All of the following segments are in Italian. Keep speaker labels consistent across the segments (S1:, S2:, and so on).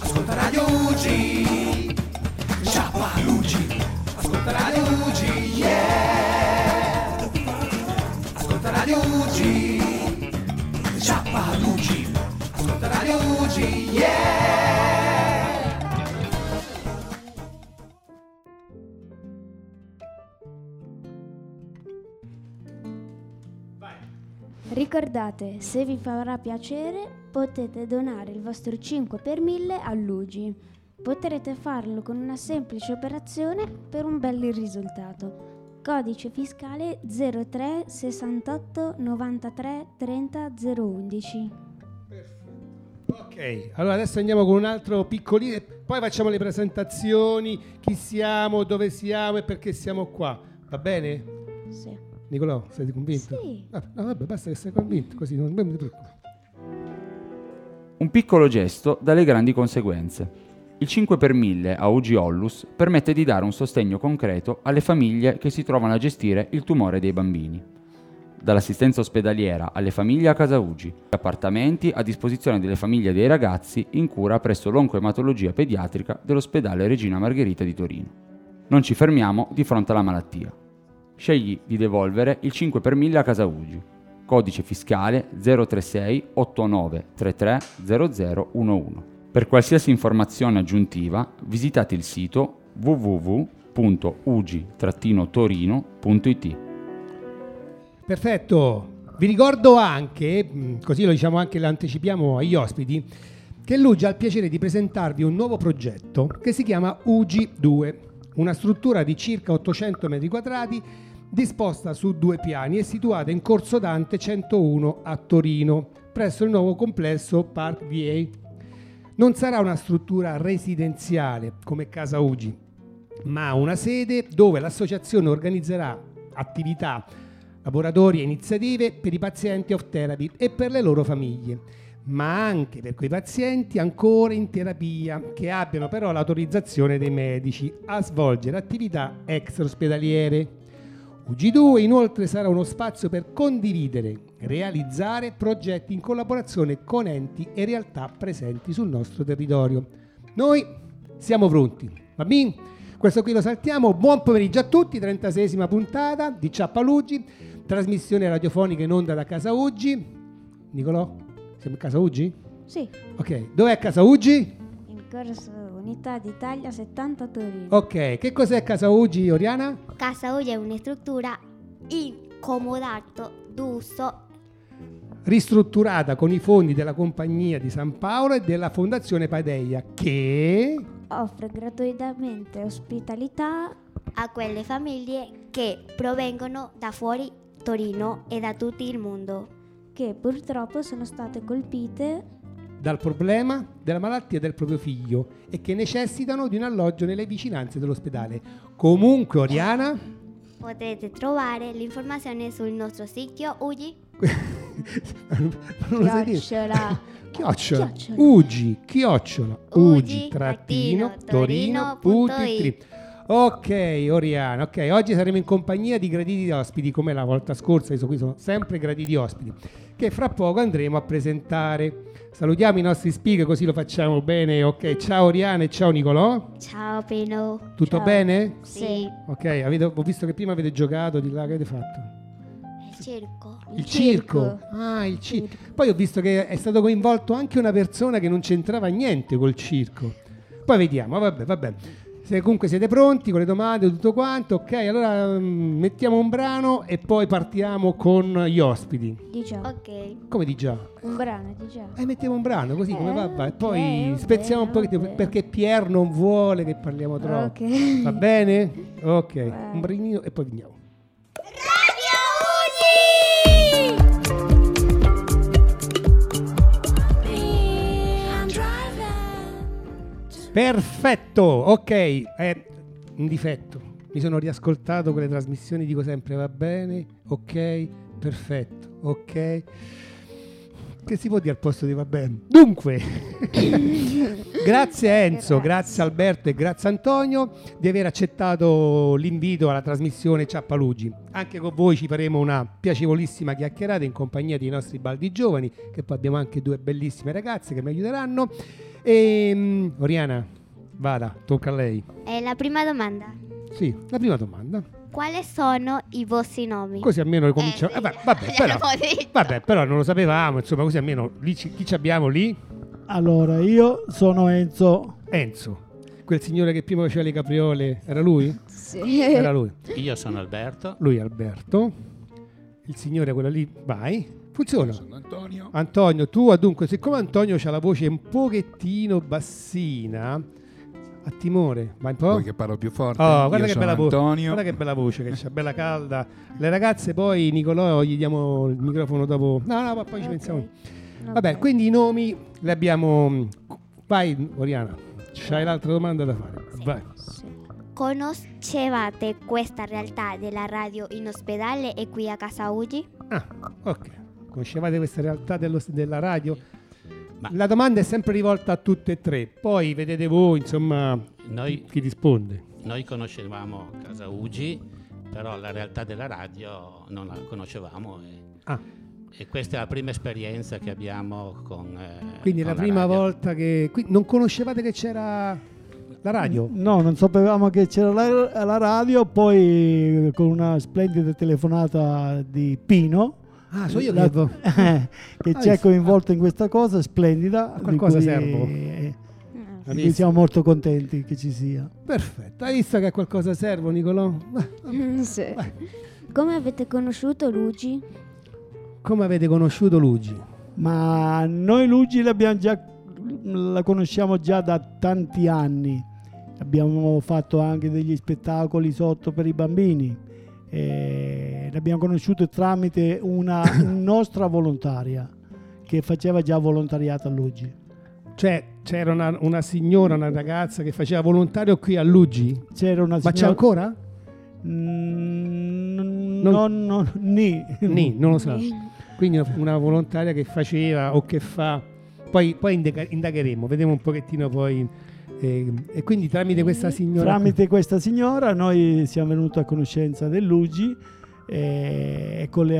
S1: Ascolta Radio UG Sciapa UG Ascolta Radio UG Yeah Ascolta Radio UG Sciapa UG Ascolta Radio UG Yeah
S2: Ricordate, se vi farà piacere, potete donare il vostro 5 per 1000 all'UGI. Potrete farlo con una semplice operazione per un bel risultato. Codice fiscale 03 68 93 30 011.
S3: Ok, allora adesso andiamo con un altro piccolino e poi facciamo le presentazioni, chi siamo, dove siamo e perché siamo qua. Va bene?
S2: Sì.
S3: Nicolò, sei convinto?
S2: Sì.
S3: Ah, no, vabbè, basta che sei convinto, così non non mi preoccupo.
S4: Un piccolo gesto dalle grandi conseguenze. Il 5 per 1000 a UG Ollus permette di dare un sostegno concreto alle famiglie che si trovano a gestire il tumore dei bambini. Dall'assistenza ospedaliera alle famiglie a casa UGI, appartamenti a disposizione delle famiglie dei ragazzi in cura presso l'oncoematologia pediatrica dell'ospedale Regina Margherita di Torino. Non ci fermiamo di fronte alla malattia. Scegli di devolvere il 5 per 1000 a casa UGI. Codice fiscale 036 89 33 0011. Per qualsiasi informazione aggiuntiva visitate il sito www.ugi-torino.it.
S3: Perfetto, vi ricordo anche, mh, così lo diciamo anche, lo anticipiamo agli ospiti, che Luigi ha il piacere di presentarvi un nuovo progetto che si chiama UG2, una struttura di circa 800 metri quadrati disposta su due piani e situata in Corso Dante 101 a Torino, presso il nuovo complesso Park VA. Non sarà una struttura residenziale come Casa UGI, ma una sede dove l'associazione organizzerà attività laboratori e iniziative per i pazienti off therapy e per le loro famiglie, ma anche per quei pazienti ancora in terapia che abbiano però l'autorizzazione dei medici a svolgere attività extraospedaliere. UG2 inoltre sarà uno spazio per condividere, realizzare progetti in collaborazione con enti e realtà presenti sul nostro territorio. Noi siamo pronti, va bene? Questo qui lo saltiamo. Buon pomeriggio a tutti, 36esima puntata di Ciappalugi, trasmissione radiofonica in onda da Casa Uggi. Nicolò, siamo a Casa Uggi?
S2: Sì,
S3: Ok, dov'è Casa Uggi?
S2: in corso Unità d'Italia 70 Torino.
S3: Ok, che cos'è Casa Uggi, Oriana?
S5: Casa Ulla è una struttura incomodato d'uso
S3: Ristrutturata con i fondi della Compagnia di San Paolo e della Fondazione Padeia, che...
S2: Offre gratuitamente ospitalità
S5: a quelle famiglie che provengono da fuori Torino e da tutto il mondo.
S2: che purtroppo sono state colpite
S3: dal problema della malattia del proprio figlio e che necessitano di un alloggio nelle vicinanze dell'ospedale. Comunque, Oriana...
S5: Potete trovare l'informazione sul nostro sito UGI.
S3: Ma non lo sai dire.
S2: Chiocciola.
S3: Chiocciola.
S2: Chiocciola.
S3: Ugi, chiocciola. Ugi,
S5: Ugi,
S3: trattino,
S5: trattino,
S3: torino,
S5: torino,
S3: punto
S5: punto
S3: it.
S5: it.
S3: Ok, Oriana, ok, oggi saremo in compagnia di graditi ospiti, come la volta scorsa, io qui sono sempre graditi ospiti, che fra poco andremo a presentare. Salutiamo i nostri speaker così lo facciamo bene, ok? Ciao Oriana e ciao Nicolò,
S5: Ciao Pino.
S3: tutto
S2: Ciao.
S3: bene?
S5: Sì,
S3: Ok, avete- ho visto che prima avete giocato di là, che avete fatto?
S5: il circo.
S3: Il circo. Ah, il circo. Poi ho visto che è stato coinvolto anche una persona che non c'entrava niente col circo. Poi vediamo, vabbè, vabbè. Se comunque siete pronti con le domande e tutto quanto, ok, allora mm, mettiamo un brano e poi partiamo con gli ospiti.
S2: Di già.
S5: Ok.
S3: Come di già?
S2: Un brano, di già.
S3: E mettiamo un brano così come
S2: Eh,
S3: va, va. E
S2: ok,
S3: poi
S2: vabbè,
S3: spezziamo un pochettino
S2: vabbè.
S3: perché Pier non vuole che parliamo troppo.
S2: Ok.
S3: Va bene? Ok,
S2: Va.
S3: un brinino e poi veniamo. Perfetto, ok, è un difetto. Mi sono riascoltato quelle trasmissioni, dico sempre va bene, ok, perfetto, ok. Che si può dire al posto di va bene? Dunque, grazie Enzo, grazie Alberto e grazie Antonio di aver accettato l'invito alla trasmissione Ciappalugi. Anche con voi ci faremo una piacevolissima chiacchierata in compagnia dei nostri baldi giovani, che poi abbiamo anche due bellissime ragazze che mi aiuteranno. E mm, Oriana, vada, tocca a lei.
S5: Eh, la prima domanda.
S3: Sì, la prima domanda.
S5: Quali sono i vostri nomi?
S3: Così almeno ricominciamo.
S5: Eh, sì.
S3: Eh, beh, vabbè, però,
S5: L'abbiamo detto.
S3: vabbè, però non lo sapevamo, insomma, così almeno lì ci- chi ci abbiamo lì?
S6: Allora, io sono Enzo.
S3: Enzo, quel signore che prima faceva le capriole, era lui?
S2: Eh.
S3: Era lui.
S7: Io sono Alberto.
S3: Lui è Alberto, il signore quello lì, vai, funziona.
S1: Sono Antonio.
S3: Antonio, tu ah, dunque, siccome Antonio ha la voce un pochettino bassina, a timore, vai un po'.
S1: Vuoi che parlo più forte?
S3: Oh, guarda
S1: Io
S3: che,
S1: sono
S3: bella voce,
S1: Antonio.
S3: guarda che bella voce che c'ha, bella calda. Le ragazze poi, Nicolò, gli diamo il microfono dopo. No, no, ma poi ci
S2: Ok.
S3: pensiamo.
S2: No,
S3: Vabbè,
S2: no.
S3: quindi i nomi li abbiamo. Vai, Oriana, c'hai l'altra domanda da fare. Vai.
S2: Sì.
S5: Conoscevate questa realtà della radio in ospedale e qui a casa Ugi?
S3: Ah, ok. Conoscevate questa realtà dello- della radio?
S7: Ma-
S3: La domanda è sempre rivolta a tutte e tre, poi vedete voi, insomma,
S7: Noi,
S3: chi risponde.
S7: noi conoscevamo Casa Ugi, però la realtà della radio non la conoscevamo. E,
S3: Ah.
S7: e questa è la prima esperienza che abbiamo con. eh,
S3: Quindi è
S7: con
S3: la prima
S7: radio.
S3: volta che... qui- non conoscevate che c'era la radio?
S6: No, non sapevamo che c'era la, la radio, poi con una splendida telefonata di Pino.
S3: Ah, so io
S6: la-
S3: che...
S6: eh, che
S3: Ah,
S6: ci è
S3: visto.
S6: coinvolto in questa cosa, splendida. di
S3: qualcosa
S6: cui-
S3: servo.
S6: eh,
S2: Ah,
S3: Hai
S6: di cui
S3: visto?
S6: siamo molto contenti che ci sia.
S3: Perfetto, hai visto che a qualcosa servo, Nicolò? Ma-
S8: Sì.
S2: Come avete conosciuto Luigi?
S3: Come avete conosciuto Luigi?
S6: Ma noi Luigi l'abbiamo già, la conosciamo già da tanti anni. Abbiamo fatto anche degli spettacoli sotto per i bambini. E l'abbiamo conosciuto tramite una nostra volontaria che faceva già volontariato a Luigi.
S3: Cioè, c'era una, una signora, una ragazza che faceva volontario qui a Luigi?
S6: C'era una
S3: Ma c'è
S6: signora-
S3: ancora?
S6: Mm, no, no, ni.
S3: Nì, non lo so. Quindi una- una volontaria che faceva o che fa. Poi, poi indaga- indagheremo, vediamo un pochettino poi. eh, e quindi tramite questa signora.
S6: Tramite questa signora noi siamo venuti a conoscenza del Luigi eh, e con le,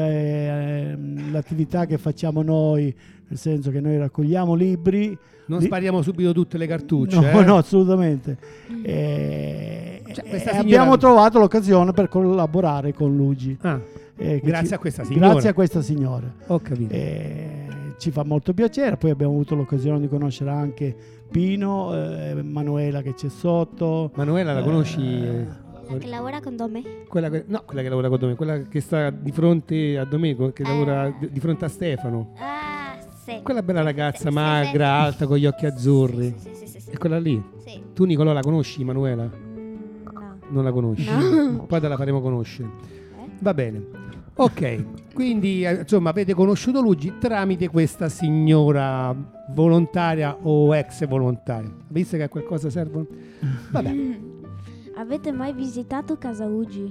S6: ehm, l'attività che facciamo noi, nel senso che noi raccogliamo libri.
S3: Non
S6: di-
S3: spariamo subito tutte le cartucce.
S6: No,
S3: eh?
S6: no, assolutamente. Eh,
S3: Mm. Cioè,
S6: e
S3: questa signora-
S6: Abbiamo trovato l'occasione per collaborare con Luigi.
S3: Ah,
S6: eh, che
S3: grazie
S6: ci-
S3: a questa signora.
S6: Grazie a questa signora.
S3: Ho capito.
S6: Eh, ci fa molto piacere, poi abbiamo avuto l'occasione di conoscere anche Pino, eh, Manuela che c'è sotto.
S3: Manuela la conosci?
S6: Eh,
S5: La che lavora con me?
S3: Quella che- no, quella che lavora con Domenico, quella che sta di fronte a Domenico, che
S5: Eh.
S3: lavora d- di fronte a Stefano.
S5: Ah, sì.
S3: Quella bella ragazza
S5: Sì, sì,
S3: magra,
S5: sì.
S3: alta, con gli occhi azzurri.
S5: Sì, sì, sì, sì, sì.
S3: È quella lì.
S5: Sì.
S3: Tu Nicolò la conosci, Manuela?
S2: Mm, No.
S3: Non la conosci?
S2: No. Eh?
S3: Poi te la faremo conoscere. Va bene. Ok, quindi eh, insomma avete conosciuto Luigi tramite questa signora volontaria o ex volontaria. Visto che a qualcosa servono? Vabbè,
S2: Avete mai visitato Casa Ugi?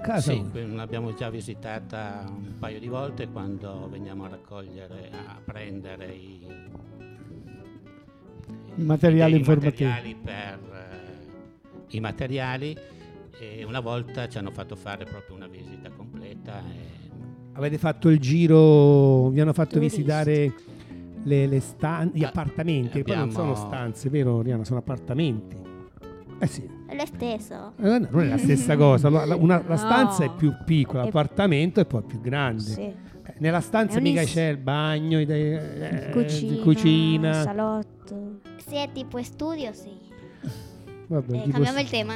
S3: casa.
S7: Sì,
S3: voi.
S7: que- l'abbiamo già visitata un paio di volte quando veniamo a raccogliere, a prendere i,
S6: I materiali
S7: i
S6: informativi.
S7: materiali per eh, i materiali e una volta ci hanno fatto fare proprio una visita completa. e-
S3: Avete fatto il giro, vi hanno fatto
S2: Turisti.
S3: visitare le, le stan- gli
S7: Ah,
S3: appartamenti, che poi non sono
S7: abbiamo-
S3: stanze, vero Oriana? Sono appartamenti. Eh sì,
S5: È lo stesso.
S3: Eh, no, non è la stessa cosa, la, la- una- la stanza
S2: No.
S3: è più piccola,
S2: È-
S3: l'appartamento è poi più grande.
S2: Sì.
S3: Eh, Nella stanza
S2: È un
S3: mica
S2: is-
S3: c'è il bagno, i- eh,
S2: Cucina,
S3: cucina.
S2: salotto.
S5: Sì, è tipo studio, sì.
S3: Vabbè,
S5: Eh,
S3: tipo-
S5: cambiamo il tema.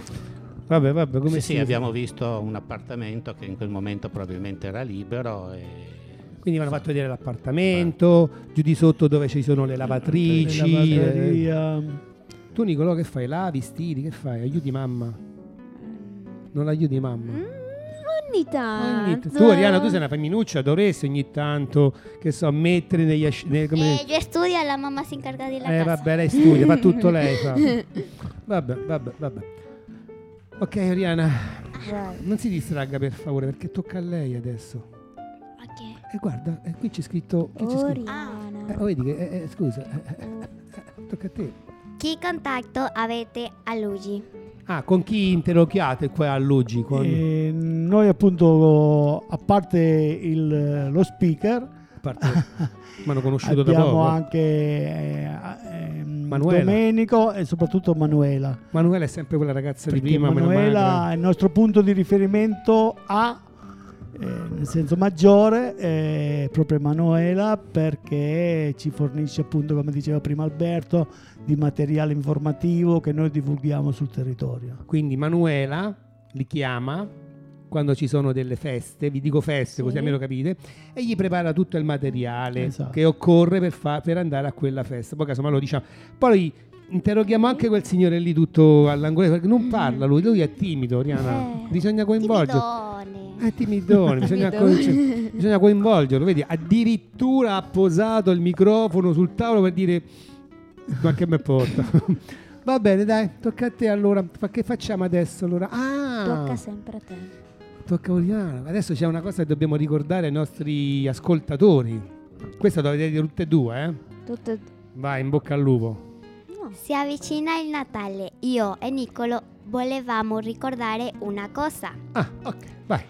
S3: vabbè, vabbè, come
S7: sì,
S3: si
S7: sì,
S3: dice?
S7: abbiamo visto un appartamento che in quel momento probabilmente era libero e
S3: Quindi mi hanno fatto vedere l'appartamento, giù di sotto dove ci sono le lavatrici.
S6: Nella
S3: eh.
S6: batteria.
S3: Tu Nicolò che fai? Lavi, stili, che fai? Aiuti mamma? Non aiuti mamma?
S2: Mm, Ah. ogni tanto.
S3: Ogni t- Tu Ariana, tu sei una femminuccia, dovresti ogni tanto, che so, mettere negli asci- nei- come-
S5: Eh, io studio, la mamma si incarica della
S3: Eh
S5: casa.
S3: vabbè, lei studia, fa tutto lei. fa. Vabbè, vabbè, vabbè. Ok, Oriana,
S2: Vai.
S3: non si distragga per favore perché tocca a lei adesso.
S5: Ok.
S3: E eh, guarda, eh, qui c'è scritto... Che c'è scritto?
S2: Oriana.
S3: Eh, oh, vedi che, eh, eh, scusa, eh, eh, eh, tocca a te.
S5: Chi contatto avete a Luigi?
S3: Ah, con chi interlochiate qua a Luigi? Con...
S6: E noi appunto, a parte il- lo speaker,
S3: a parte- Mi hanno conosciuto da
S6: abbiamo
S3: poco.
S6: anche eh, ehm,
S3: Manuela.
S6: Domenico e soprattutto Manuela.
S3: Manuela è sempre quella ragazza di
S6: Perché
S3: prima, meno
S6: Manuela
S3: magra.
S6: è il nostro punto di riferimento a, eh, nel senso maggiore, è proprio Manuela perché ci fornisce appunto, come diceva prima Alberto, di materiale informativo che noi divulghiamo sul territorio.
S3: Quindi Manuela li chiama quando ci sono delle feste, vi dico feste così
S2: Sì.
S3: almeno capite, e gli prepara tutto il materiale
S6: Esatto.
S3: che occorre per, fa- per andare a quella festa. Poi casomai lo diciamo. Poi interroghiamo anche quel signore lì tutto all'angolo, perché non parla lui, lui è timido, Oriana.
S2: Mm-hmm. Eh.
S3: Bisogna coinvolgerlo.
S5: Timidone.
S3: È timidone, bisogna, coinci- bisogna coinvolgerlo, vedi? Addirittura ha posato il microfono sul tavolo per dire ma che me porta. Va bene, dai, tocca a te allora. Fa- che facciamo adesso allora? Ah,
S2: Tocca sempre a te.
S3: tocca a Oriana. Adesso c'è una cosa che dobbiamo ricordare ai nostri ascoltatori. Questa dovete dire tutte e due, eh?
S2: Tutto...
S3: Vai, in bocca al lupo.
S2: No.
S5: Si avvicina il Natale. Io e Niccolo volevamo ricordare una cosa.
S3: Ah, ok, vai.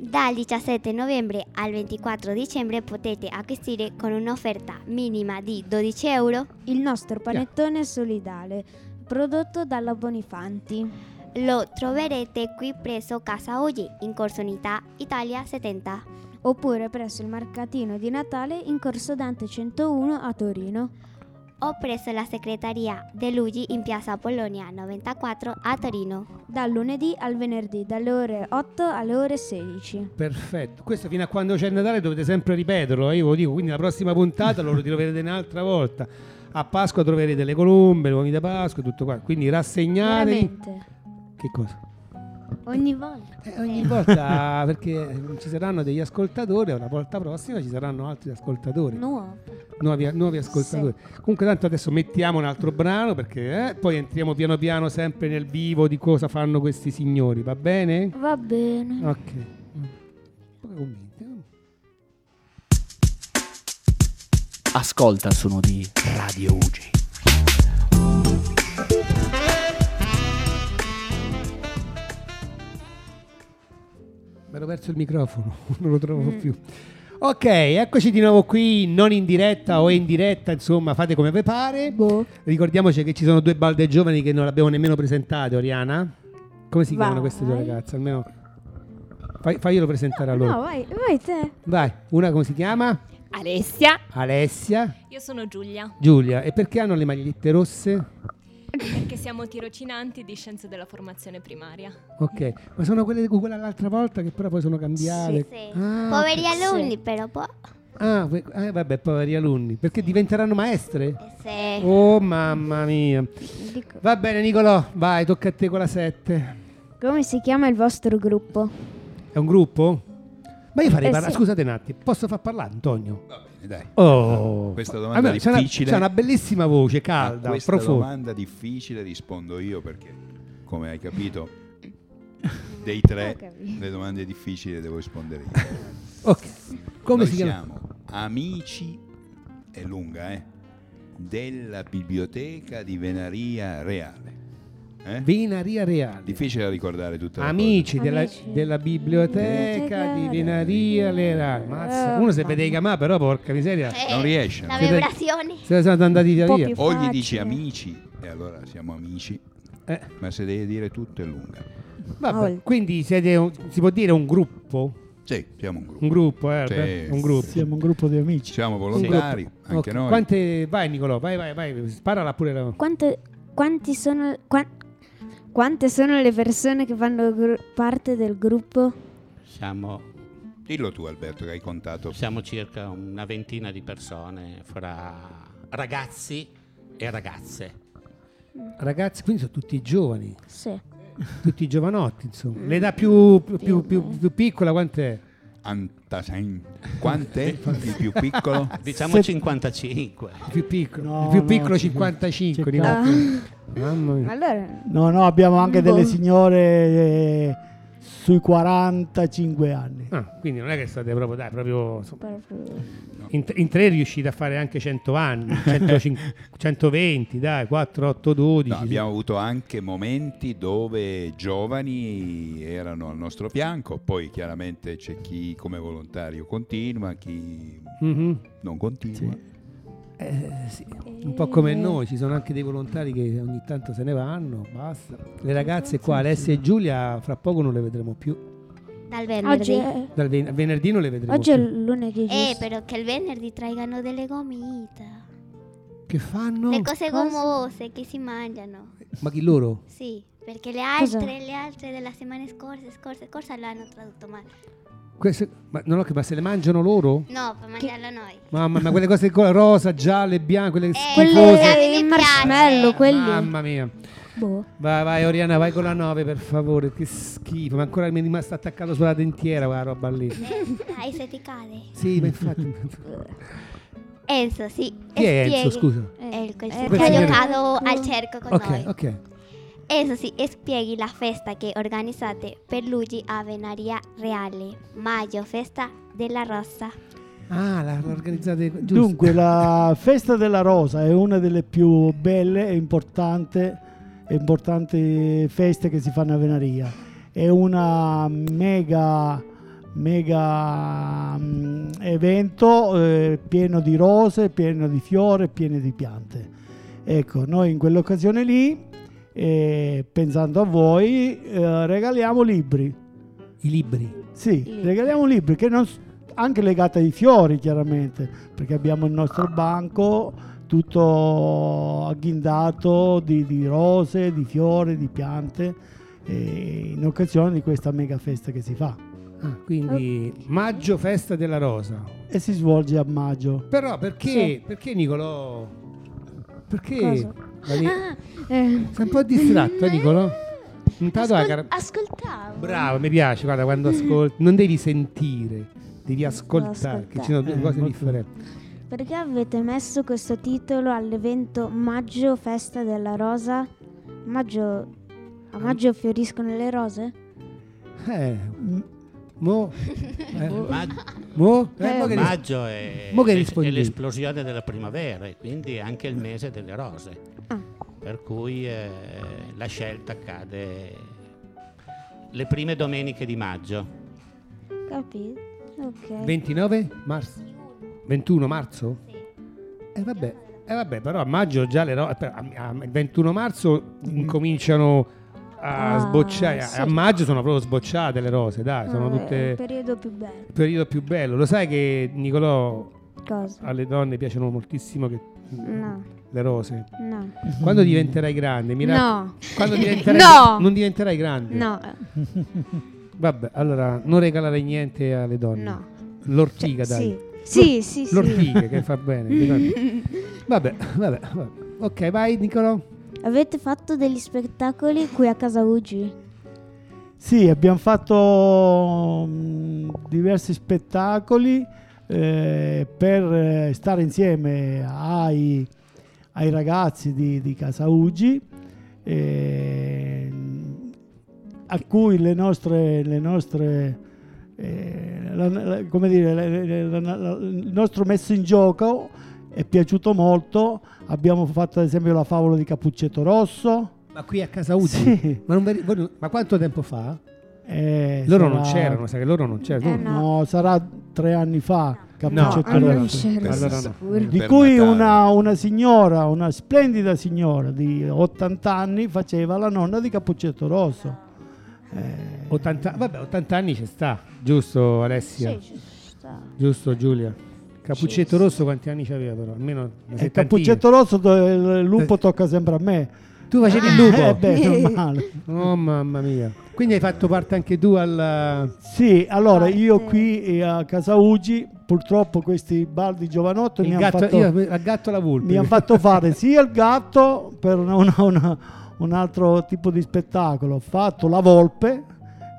S5: Dal 17 novembre al 24 dicembre potete acquistare con un'offerta minima di 12 euro
S2: Il nostro panettone solidale, prodotto dalla Bonifanti.
S5: Lo troverete qui presso Casa Oggi, in Corso Unità, Italia 70.
S2: Oppure presso il mercatino di Natale in Corso Dante 101 a Torino.
S5: O presso la segreteria De Luigi in Piazza Polonia 94 a Torino.
S2: Dal lunedì al venerdì, dalle ore 8 alle ore 16.
S3: Perfetto, questo fino a quando c'è il Natale dovete sempre ripeterlo, eh, io ve lo dico, quindi la prossima puntata lo troverete un'altra volta. A Pasqua troverete le colombe, le uomini da Pasqua, tutto qua. Quindi rassegnatevi.
S2: Veramente.
S3: Che cosa?
S2: Ogni volta.
S3: Eh, ogni volta, perché ci saranno degli ascoltatori, e la volta prossima ci saranno altri ascoltatori,
S2: Nuovo.
S3: nuovi, nuovi ascoltatori. Comunque tanto adesso mettiamo un altro brano perché eh, poi entriamo piano piano sempre nel vivo di cosa fanno questi signori, va bene?
S2: Va bene.
S3: Ok. Mm. Poco convinti, eh?
S8: Ascolta sono di Radio Ugi.
S3: Mi ero perso il microfono, non lo trovo
S5: Mm.
S3: più. Ok, eccoci di nuovo qui, non in diretta o in diretta, insomma, fate come vi pare.
S2: Boh.
S3: Ricordiamoci che ci sono due balde giovani che non abbiamo nemmeno presentate, Oriana. Come si chiamano
S2: Vai.
S3: queste due ragazze? Almeno fai, faglielo presentare a loro.
S2: No, vai, vai te.
S3: Vai, una come si chiama?
S9: Alessia.
S3: Alessia,
S9: Io sono Giulia,
S3: Giulia. E perché hanno le magliette rosse?
S9: perché siamo tirocinanti di scienze della formazione primaria.
S3: Ok, ma sono quelle di cui quella l'altra volta che però poi sono cambiate.
S5: Sì.
S3: Ah,
S5: Poveri
S2: sì.
S5: alunni, però può.
S3: ah, que- eh, vabbè, poveri alunni. Perché diventeranno maestre?
S5: eh, Sì.
S3: Oh mamma mia.
S2: Dico,
S3: Va bene Nicolò, vai, tocca a te con la 7.
S2: come si chiama il vostro gruppo?
S3: È un gruppo? Ma io farei
S2: Eh,
S3: parlare,
S2: sì.
S3: scusate un attimo, posso far parlare Antonio?
S10: Va bene, dai.
S3: Oh,
S10: Questa
S3: fa-
S10: domanda
S3: c'è una-
S10: difficile.
S3: C'è una, bellissima voce,
S10: A
S3: calda,
S10: questa
S3: profonda.
S10: domanda difficile rispondo io perché, come hai capito, dei tre
S2: Ho capito.
S10: le domande difficili devo rispondere io.
S3: Ok, come
S10: Noi
S3: si chiama?
S10: siamo amici, è lunga, eh, della biblioteca di Venaria Reale. Eh?
S3: Vinaria Reale.
S10: Difficile da ricordare tutta la
S3: Amici della,
S2: Amici.
S3: della biblioteca
S2: Biblioteca
S3: di
S2: di
S3: Venaria Reale. Mazza,
S2: Eh,
S3: uno se
S2: mamma.
S3: vede i camà però, porca miseria.
S5: Eh,
S10: Non riesce.
S5: La
S3: Sì, dai.
S5: vibrazione.
S3: Se ne sono andati via
S2: Un po'
S3: via.
S2: più
S10: cosa. O gli dici
S2: facile.
S10: amici, e allora siamo amici,
S3: Eh,
S10: ma se devi dire tutto è lunga.
S3: vabbè,
S2: Ol.
S3: Quindi siete un- si può dire un gruppo?
S10: Sì, siamo un gruppo.
S3: Un gruppo, eh,
S10: Sì.
S3: beh, un gruppo.
S6: Siamo un gruppo di amici.
S10: Siamo volontari, anche
S3: Ok,
S10: noi.
S3: Quante... Vai Nicolò, vai, vai, vai, sparala pure la...
S2: Quante, quanti sono, qua- quante sono le persone che fanno gru- parte del gruppo?
S7: Siamo
S10: Dillo tu Alberto che hai contato.
S7: Siamo circa una ventina di persone fra ragazzi e ragazze.
S3: Ragazzi, quindi sono tutti giovani,
S2: Sì.
S3: tutti giovanotti, insomma. L'età più, più, più,
S2: Più
S3: più- più piccola quant'è?
S10: Antasen. Quant'è il più piccolo?
S7: Diciamo
S6: Se-
S7: 55.
S3: Il più piccolo,
S6: No,
S3: il più
S6: no,
S3: piccolo
S6: c'è-
S3: 55,
S6: c'è
S3: Nicolò.
S2: caldo.
S3: Mamma mia.
S2: Allora,
S6: No, no, abbiamo anche
S2: Boh.
S6: delle signore eh, sui 45 anni.
S3: Ah, quindi non è che state proprio, dai, proprio... insomma, In, in tre riuscite a fare anche 100 anni, 105 120, dai, 4, 8, 12.
S10: No, abbiamo avuto anche momenti dove giovani erano al nostro fianco, poi chiaramente c'è chi come volontario continua, chi
S3: Mhm.
S10: non continua.
S3: Eh, sì, Un po' come noi, ci sono anche dei volontari che ogni tanto se ne vanno, basta. Le ragazze qua, Alessia e Giulia, fra poco non le vedremo più.
S5: Dal venerdì.
S2: Oggi è,
S3: Dal ven- venerdì non le vedremo
S2: oggi è
S3: più.
S2: lunedì,
S5: Eh,
S2: giusto?
S5: però che il venerdì traigano delle gomite.
S3: Che fanno?
S5: Le cose
S2: cosa?
S5: gomose che si mangiano.
S3: Ma chi loro?
S5: Sì, perché le
S2: Cosa?
S5: altre, le altre della settimana scorsa, scorsa, scorsa l'hanno tradotto male.
S3: Queste- ma, non ho capito, ma se le mangiano loro?
S5: No, per mangiarla noi.
S3: Mamma mia, quelle cose con la rosa, gialle, bianche, quelle schifose.
S5: Quelle-
S2: Quelle
S5: mi
S2: in marshmallow,
S5: piace.
S2: quelli...
S3: Mamma mia.
S2: Boh.
S3: Vai, vai, Oriana, vai con la 9 per favore. Che schifo, ma ancora mi è rimasta attaccato sulla dentiera quella roba lì.
S5: Dai, se ti cade.
S3: Sì, ma infatti.
S5: Enzo, sì.
S3: Chi è
S5: spieghi-
S3: Enzo, scusa?
S5: È il quel
S2: Eh,
S5: che ha
S3: signore.
S5: giocato al cerco con
S3: Ok,
S5: noi.
S3: ok.
S5: Enzo, sì, spieghi la festa che organizzate per Luigi a Venaria Reale. Maggio, festa della rossa.
S3: Ah, la la organizzate giusto.
S6: Dunque, la festa della rosa è una delle più belle e importante- e importanti feste che si fanno a Venaria. È una mega, mega mm, evento eh, pieno di rose, pieno di fiori, pieno di piante. Ecco, noi in quell'occasione lì, eh, pensando a voi, eh, regaliamo libri.
S3: i libri.
S6: Sì, regaliamo libri che non s- anche legati ai fiori chiaramente, perché abbiamo il nostro banco tutto agghindato di, di rose, di fiori, di piante eh, in occasione di questa mega festa che si fa
S3: Ah, quindi
S6: Eh.
S3: maggio festa della rosa.
S6: e si svolge a maggio.
S3: Però perché
S2: Sì.
S3: perché Nicolò perché
S2: Cosa?
S3: Vani-
S2: Ah, eh.
S3: sei un po' distratto, eh, Nicolò? Intanto la
S2: Ascol-
S3: cara-
S2: ascoltavo.
S3: Bravo, mi piace, guarda, quando ascolti non devi sentire, devi ascoltare, che ci sono due
S6: Eh,
S3: cose
S6: molto-
S3: differenti.
S2: Perché avete messo questo titolo all'evento Maggio Festa della Rosa? Maggio... A maggio fioriscono le rose?
S3: Eh, mo eh,
S7: Ma-
S3: mo, eh, mo che ris-
S7: Maggio è,
S3: Mo che
S7: è-
S3: rispondi?
S7: è l'esplosione della primavera e quindi anche il mese delle rose.
S2: Ah.
S7: Per cui eh, la scelta cade le prime domeniche di maggio.
S2: Capito? Ok.
S3: 29 marzo 21 marzo? Eh vabbè, eh, vabbè, però a maggio già le ro- eh, però a- a- il 21 marzo incominciano a
S2: Ah,
S3: sbocciare. a-
S2: sì.
S3: A maggio sono proprio sbocciate le rose, dai, sono
S2: Vabbè, È
S3: tutte
S2: il periodo più bello.
S3: il periodo più bello. Lo sai che Nicolò
S2: Cosa?
S3: alle donne piacciono moltissimo che-
S2: No,
S3: le rose.
S2: no.
S3: Quando diventerai grande, mi raccom-
S2: No,
S3: quando diventerai
S2: No!
S3: non diventerai grande.
S2: no, eh,
S3: Vabbè, allora non regalare niente alle donne.
S2: no. Cioè,
S3: L'ortiga, dai.
S2: sì. Sì, sì, sì.
S3: L'ortiga che fa bene. ricordati. vabbè, vabbè, vabbè. Ok, vai Nicolò.
S2: Avete fatto degli spettacoli qui a casa Ugi?
S6: Sì, abbiamo fatto mm, diversi spettacoli eh, per eh, stare insieme ai, ai ragazzi di, di Casa Ugi, eh, a cui le nostre, le nostre, eh, la- la- come dire, le- le- la- la- la- il nostro messo in gioco è piaciuto molto. Abbiamo fatto ad esempio la favola di Cappuccetto Rosso.
S3: Ma qui a casa Uzi?
S6: Sì.
S3: Ma, non ve- voi non- ma quanto tempo fa?
S6: Eh,
S3: Loro non
S6: sarà-
S3: c'erano, sai che loro non c'erano.
S2: Eh,
S3: tu-
S2: No.
S6: No, sarà tre anni fa. Cappuccetto
S2: allora
S6: Rosso.
S2: non c'era.
S3: allora no.
S2: sicuro.
S6: Di
S10: Per
S6: cui
S10: Natale.
S6: una, una signora, una splendida signora di 80 anni faceva la nonna di Cappuccetto Rosso. Eh,
S3: 80, vabbè, 80 anni ci sta, giusto Alessia?
S2: Sì, ci sta.
S3: Giusto Giulia? Cappuccetto Rosso quanti anni c'aveva però? Almeno una
S6: e
S3: settantina.
S6: Eh, Cappuccetto Rosso, do- il lupo tocca sempre a me.
S3: Tu facevi il
S6: Eh
S3: lupo?
S6: beh, normale.
S3: oh mamma mia. Quindi hai fatto parte anche tu al...
S6: Sì, allora
S2: Parte.
S6: io qui eh, a casa Ugi, purtroppo questi baldi giovanotto mi
S3: il
S6: hanno
S3: gatto,
S6: fatto...
S3: io- al gatto alla volpe.
S6: mi hanno fatto fare sia il gatto per una- una- un altro tipo di spettacolo, ho fatto la volpe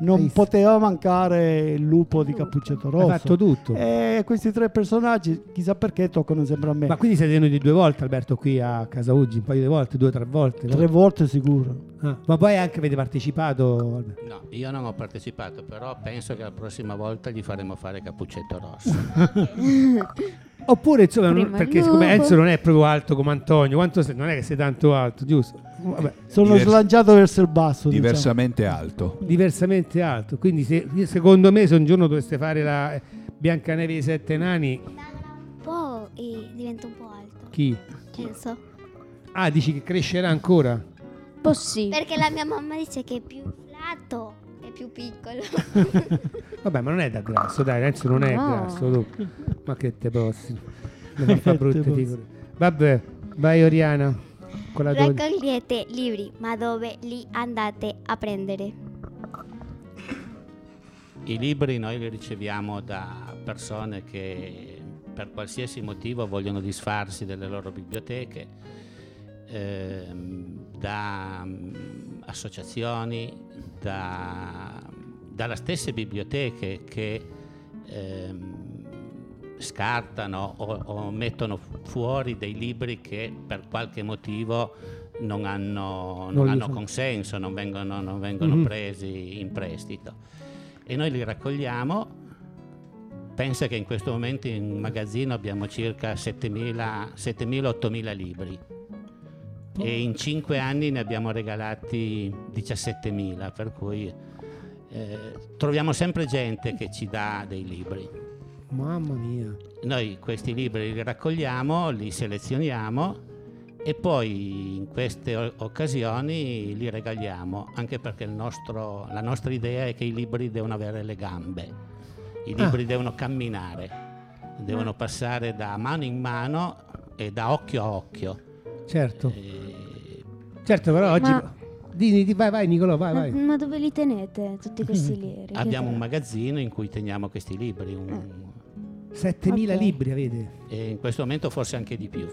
S6: non poteva mancare il lupo di Cappuccetto Rosso. Eh,
S3: fatto tutto.
S6: E questi tre personaggi, chissà perché, toccano sempre a me.
S3: Ma quindi siete venuti due volte, Alberto, qui a Casa Uggi, un paio di volte, due o tre volte. no?
S6: Tre volte sicuro.
S3: Ah, ma poi anche avete partecipato, Alberto.
S7: No, io non ho partecipato, però penso che la prossima volta gli faremo fare Cappuccetto Rosso.
S3: Oppure, insomma, non-
S2: Prima
S3: perché
S2: il
S3: siccome
S2: lupo.
S3: Enzo non è proprio alto come Antonio, quanto sei- non è che sei tanto alto, giusto? Vabbè,
S6: Sono
S10: Divers-
S6: slanciato verso il basso. diciamo.
S10: Diversamente alto.
S3: diversamente alto. Quindi, se- io- secondo me, se un giorno dovreste fare la eh, Biancaneve e i Sette Nani,
S5: Un po' e diventa un po' alto.
S3: chi?
S5: Penso.
S3: Ah, dici che crescerà ancora?
S2: Possibile.
S5: Perché la mia mamma dice che è più inflato è più piccolo.
S3: Vabbè, ma non è da grasso, dai, Renzo non è
S2: No.
S3: grasso. tu. Ma che te posso? Non fa
S6: Che
S3: brutte
S6: te posso.
S3: figure. Vabbè, vai Oriana. Con la tua-
S5: Raccogliete libri, ma dove li andate a prendere?
S7: I libri noi li riceviamo da persone che per qualsiasi motivo vogliono disfarsi delle loro biblioteche, ehm, da mm, associazioni, da, dalle stesse biblioteche che ehm, scartano o, o mettono fu- fuori dei libri che per qualche motivo non hanno, non
S3: Non li
S7: hanno
S3: fanno.
S7: consenso, non vengono, non vengono
S3: Mhm.
S7: presi in prestito e noi li raccogliamo. Pensa che in questo momento in magazzino abbiamo circa 7.000 7.000-8.000 libri e in 5 anni ne abbiamo regalati 17.000, per cui eh, troviamo sempre gente che ci dà dei libri.
S3: Mamma mia.
S7: Noi questi libri li raccogliamo, li selezioniamo e poi in queste o- occasioni li regaliamo, anche perché il nostro- la nostra idea è che i libri devono avere le gambe, i
S3: Ah.
S7: libri devono camminare, devono passare da mano in mano e da occhio a occhio. Eh,
S3: Certo,
S7: E-
S3: certo, però oggi...
S2: Ma-
S3: Dimmi, di- vai, vai Nicolò, vai,
S2: Ma,
S3: Ah, vai.
S2: ma dove li tenete tutti questi libri?
S7: abbiamo un magazzino in cui teniamo questi libri, un-
S3: 7000
S2: Ok.
S3: libri avete.
S7: e in questo momento forse anche di più.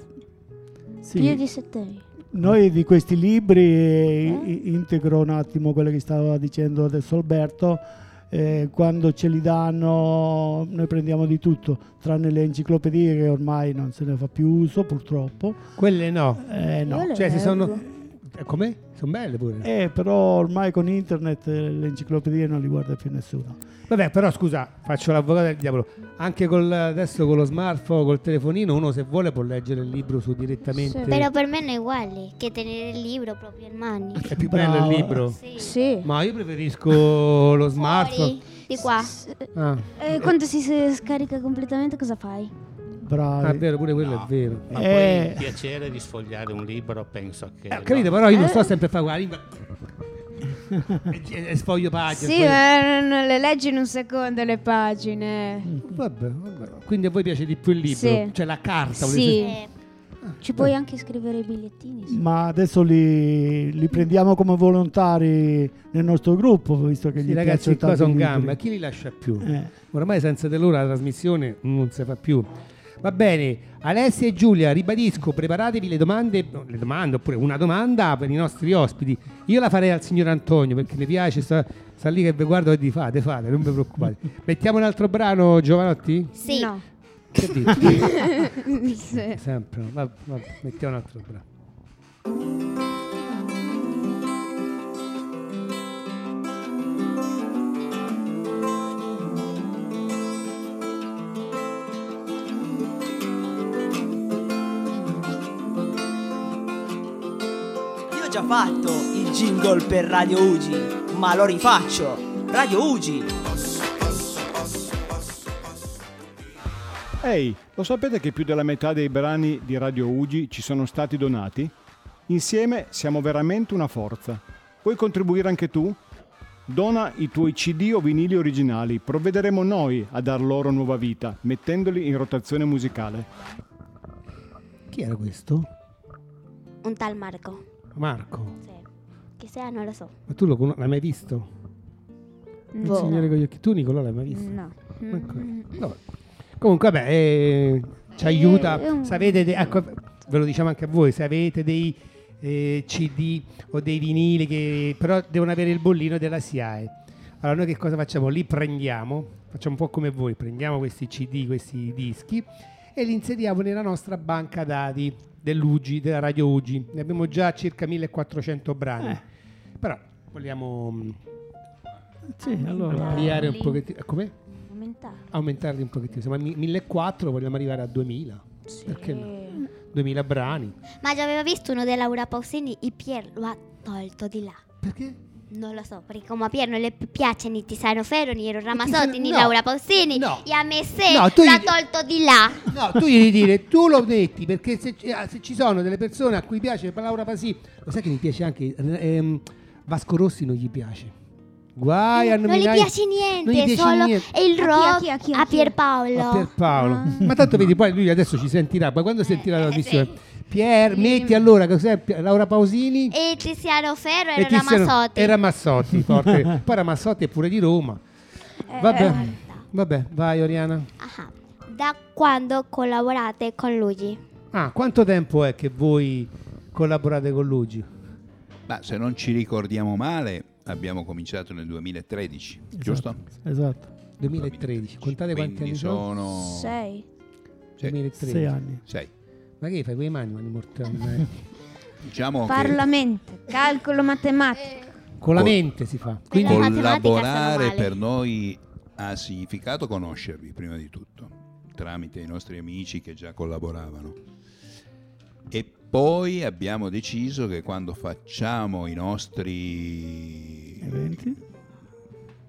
S6: Sì.
S2: Più di 7.000.
S6: Noi di questi libri, eh, i- integro un attimo quello che stava dicendo adesso Alberto, eh, quando ce li danno noi prendiamo di tutto, tranne le enciclopedie che ormai non se ne fa più uso purtroppo.
S3: Quelle no.
S6: Eh, no.
S2: Io le
S3: Cioè, si sono...
S2: leggo.
S3: Eh, Com'è? Sono belle pure.
S6: Eh, però ormai con internet eh, le enciclopedie non li guarda più nessuno.
S3: Vabbè, però scusa, faccio l'avvocato del diavolo. Anche col, adesso con lo smartphone, col telefonino, uno se vuole può leggere il libro su direttamente.
S2: Sì.
S5: Però per me non è uguale che tenere il libro proprio in mano.
S3: È più bello il
S6: Bravo.
S3: libro.
S5: Sì.
S2: Sì.
S3: Ma io preferisco lo smartphone.
S5: Fuori, di qua.
S2: S-
S3: Ah,
S2: eh, quando si se- scarica completamente cosa fai?
S3: ah, è
S6: Bravi.
S3: vero, pure quello
S7: No.
S3: è vero.
S7: Ma
S6: Eh.
S7: poi il piacere di sfogliare un libro penso che...
S3: Eh, ho capito, però io non sto sempre a fare con la lingua. e, e- e sfoglio
S7: Ah,
S3: pagine. sfoglio-
S2: ma non le leggi in un secondo le pagine.
S3: Vabbè, vabbè. Quindi a voi piace di più il libro?
S2: Sì.
S3: Cioè la carta? volete
S2: Sì.
S5: Eh,
S2: Ci puoi anche scrivere i bigliettini. sì.
S6: Ma adesso li, li prendiamo come volontari nel nostro gruppo, visto che
S3: Sì,
S6: gli
S3: ragazzi,
S6: piacciono
S3: qua
S6: tanto i
S3: sono
S6: libri.
S3: gambe, chi li lascia più?
S6: Eh.
S3: Ormai senza di loro la trasmissione non si fa più. Va bene, Alessia e Giulia, ribadisco, preparatevi le domande, no, le domande oppure una domanda per i nostri ospiti. Io la farei al signor Antonio perché mi piace, sta, sta lì che vi guardo e di fate, fate, non vi preoccupate. Mettiamo un altro brano, Giovanotti?
S5: sì.
S2: No.
S3: Che dici?
S2: Sì.
S3: Sempre, no? va, va, mettiamo un altro brano.
S11: Io ho già fatto il jingle per Radio Ugi, ma lo rifaccio. Radio Ugi.
S12: Ehi, lo sapete che più della metà dei brani di Radio Ugi ci sono stati donati? Insieme siamo veramente una forza. Vuoi contribuire anche tu? Dona i tuoi CD o vinili originali, provvederemo noi a dar loro nuova vita, mettendoli in rotazione musicale.
S3: Chi era questo?
S5: Un tal Marco.
S3: Marco,
S5: Sì. Che sia, non lo so.
S3: ma tu lo con- l'hai mai visto? Il
S2: Boh.
S3: signore con gli occhi, tu Nicolò l'hai mai visto?
S2: No. Mm,
S3: Ecco. Vabbè. Comunque, vabbè, eh, ci aiuta.
S2: Eh, eh, un-
S3: Se avete de- ecco, ve lo diciamo anche a voi, se avete dei eh, CD o dei vinili che però devono avere il bollino della SIAE. Allora noi che cosa facciamo? Li prendiamo, facciamo un po' come voi, prendiamo questi CD, questi dischi e li insediamo nella nostra banca dati dell'UGI, della Radio UGI. Ne abbiamo già circa 1400 brani. Però vogliamo mm,
S6: Sì, allora.
S3: ampliare un
S2: Aumentarli.
S3: pochettino. Come?
S2: Aumentare.
S3: Aumentarli un pochettino. Siamo a mi- 1400, vogliamo arrivare a 2000. Perché no?
S2: Eh,
S3: 2000 brani.
S5: Ma già aveva visto uno della Laura Pausini, e Pier lo ha tolto di là.
S3: Perché?
S5: Non lo so, perché come a Pier non le p- piace né Tisano Ferro, né Ero Ramazzotti, né
S3: no,
S5: Laura Pausini, e a me se
S3: No, tu
S5: l'ha
S3: gli-
S5: tolto di là.
S3: No, tu gli devi dire, tu lo metti perché se, ci- ah, se ci sono delle persone a cui piace Laura Pasì, lo sai che mi piace anche ehm, Vasco Rossi non gli piace. Guai a
S5: non gli
S3: nominare-
S5: piace niente,
S3: non gli piace
S5: solo
S3: niente.
S5: è
S2: A
S5: il
S2: chi,
S5: rock
S2: a
S5: a,
S2: chi, a chi, a chi?
S5: Pierpaolo.
S3: A Pierpaolo.
S5: Ah.
S3: Ma tanto vedi, poi lui adesso ci sentirà, poi
S5: Eh,
S3: quando sentirà la trasmissione, Pier, metti allora cos'è, Pi- Laura Pausini
S5: E Tiziano Ferro
S3: e
S5: era
S3: Tiziano-
S5: Ramazzotti.
S3: e Ramazzotti, forte. poi Ramazzotti è pure di Roma.
S2: Eh,
S3: Vabbè, vabbè, vai Oriana.
S5: Ah, Da quando collaborate con Luigi?
S3: Ah, quanto tempo è che voi collaborate con Luigi?
S10: Ma se non ci ricordiamo male, abbiamo cominciato nel 2013, giusto?
S6: Esatto.
S3: 2013, contate quanti anni
S10: Quindi sono...
S2: Sei.
S10: Sì.
S3: 2013.
S6: Sei anni.
S10: Sei.
S3: Ma che fai con le mani, mani mortali?
S10: Diciamo
S2: Parla a
S10: che
S2: mente, calcolo matematico.
S3: con la
S10: Col-
S3: mente si fa.
S2: Quindi- la matematica
S10: collaborare
S2: sono male.
S10: per noi ha significato conoscervi prima di tutto, tramite i nostri amici che già collaboravano. E poi abbiamo deciso che quando facciamo i nostri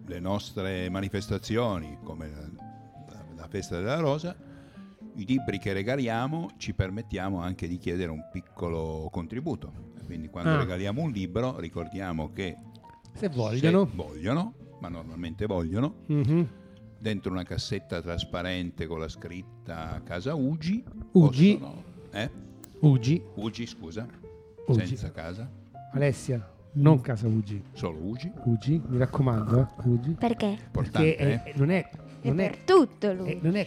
S10: le nostre manifestazioni, come la, la- la festa della rosa, i libri che regaliamo ci permettiamo anche di chiedere un piccolo contributo. Quindi quando
S3: Ah.
S10: regaliamo un libro ricordiamo che
S3: Se vogliono.
S10: se vogliono, ma normalmente vogliono,
S3: Mhm.
S10: dentro una cassetta trasparente con la scritta Casa Ugi,
S3: Ugi.
S10: possono- eh?
S3: Ugi,
S10: Ugi, scusa,
S3: Ugi.
S10: senza casa,
S3: Alessia,
S6: Mm.
S3: non casa Ugi.
S10: solo Ugi,
S3: Ugi, mi raccomando, eh, Ugi.
S5: Perché?
S3: Perché
S10: importante.
S3: è-
S10: eh?
S3: è- non è... Non è, Eh,
S2: Tutto lui.
S3: non è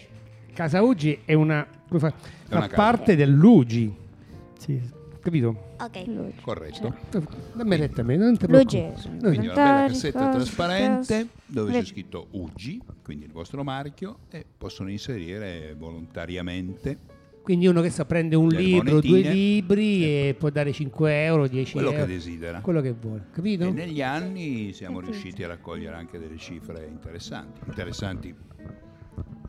S3: casa Ugi è una... come fa- fa
S10: una casa.
S3: parte dell'Ugi,
S6: Sì.
S3: capito?
S5: Ok.
S2: Luigi.
S10: Corretto.
S3: Dammi retta a me, non ti preoccupare.
S2: Luigi.
S10: Quindi una bella cassetta trasparente dove
S2: le-
S10: c'è scritto UGI, quindi il vostro marchio, e possono inserire volontariamente
S3: Quindi uno che sa prende un
S10: Delle
S3: libro, due
S10: monetine.
S3: libri e può dare 5 euro, 10
S10: quello
S3: euro,
S10: che desidera.
S3: eh, quello che vuole, capito?
S10: E negli anni siamo riusciti a raccogliere anche delle cifre interessanti. Interessanti,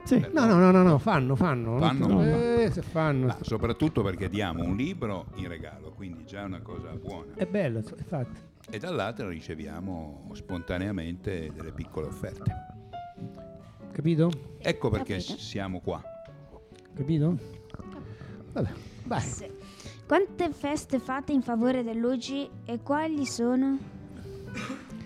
S6: Sì.
S3: No, no, no, no, no, fanno, fanno.
S10: Fanno?
S3: Non ti- eh, se fanno.
S10: ma soprattutto perché diamo un libro in regalo, quindi già una cosa buona.
S3: È bello, infatti.
S10: E dall'altra riceviamo spontaneamente delle piccole offerte.
S3: Capito?
S10: Ecco perché siamo qua.
S3: Capito? Vabbè, vai.
S2: Quante feste fate in favore dell'UGI e quali sono?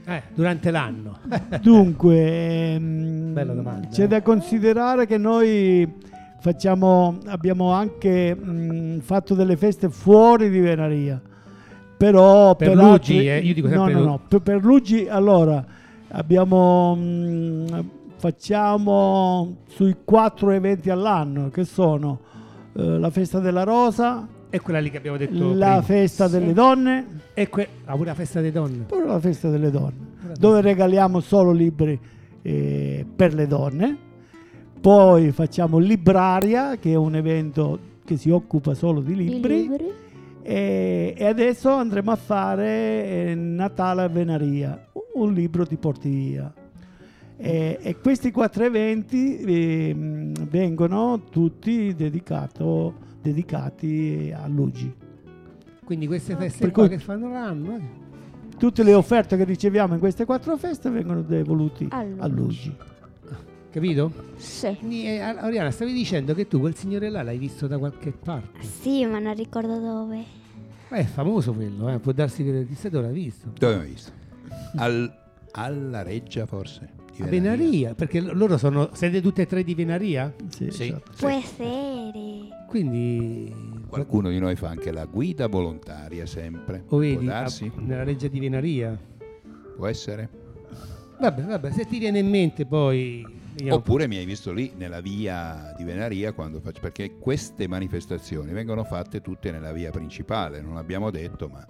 S3: Eh, durante l'anno.
S6: Dunque, ehm,
S3: Bella domanda,
S6: c'è
S3: eh.
S6: da considerare che noi facciamo, abbiamo anche mm, fatto delle feste fuori di Venaria, però
S3: Per
S6: per
S3: Luigi,
S6: altri-
S3: eh, io dico
S6: no,
S3: sempre
S6: no,
S3: Lu-
S6: no, per, per Luigi allora abbiamo, mm, facciamo sui quattro eventi all'anno che sono eh, la festa della rosa,
S3: È quella lì che abbiamo detto prima.
S6: la festa delle donne,
S3: E que- ah, pure la festa delle donne.
S6: pure la festa delle donne, dove regaliamo solo libri eh, per le donne. Poi facciamo Libraria, che è un evento che si occupa solo di
S2: I
S6: libri. E, e adesso andremo a fare eh, Natale a Venaria, un libro ti porti via. E, e questi quattro eventi ehm, vengono tutti dedicato- dedicati a Luigi.
S3: Quindi queste feste
S6: Ah, Per
S3: qua
S6: cui-
S3: che fanno l'anno. eh.
S6: Tutte le offerte che riceviamo in queste quattro feste vengono devoluti
S2: A Luigi.
S6: a Luigi.
S3: Capito?
S2: Sì.
S3: Quindi, eh, Oriana, stavi dicendo che tu quel signore là l'hai visto da qualche parte.
S5: Sì, ma non ricordo dove.
S3: Ma è famoso quello, eh. può darsi che chissà dove l'hai visto.
S10: Dove abbiamo visto? Al- alla reggia forse? di
S3: A
S10: Venaria.
S3: Venaria, perché l- loro sono. Siete tutte e tre di Venaria?
S6: Sì,
S7: Sì.
S3: certo.
S6: esatto.
S5: Può essere.
S3: Quindi.
S10: Qualcuno di noi fa anche la guida volontaria sempre.
S3: O vedi,
S10: Può
S3: a-
S10: darsi?
S3: nella reggia di Venaria.
S10: Può essere?
S3: Vabbè, vabbè, se ti viene in mente poi. vediamo.
S10: Oppure mi hai visto lì nella via di Venaria quando faccio, perché queste manifestazioni vengono fatte tutte nella via principale, non l'abbiamo detto, ma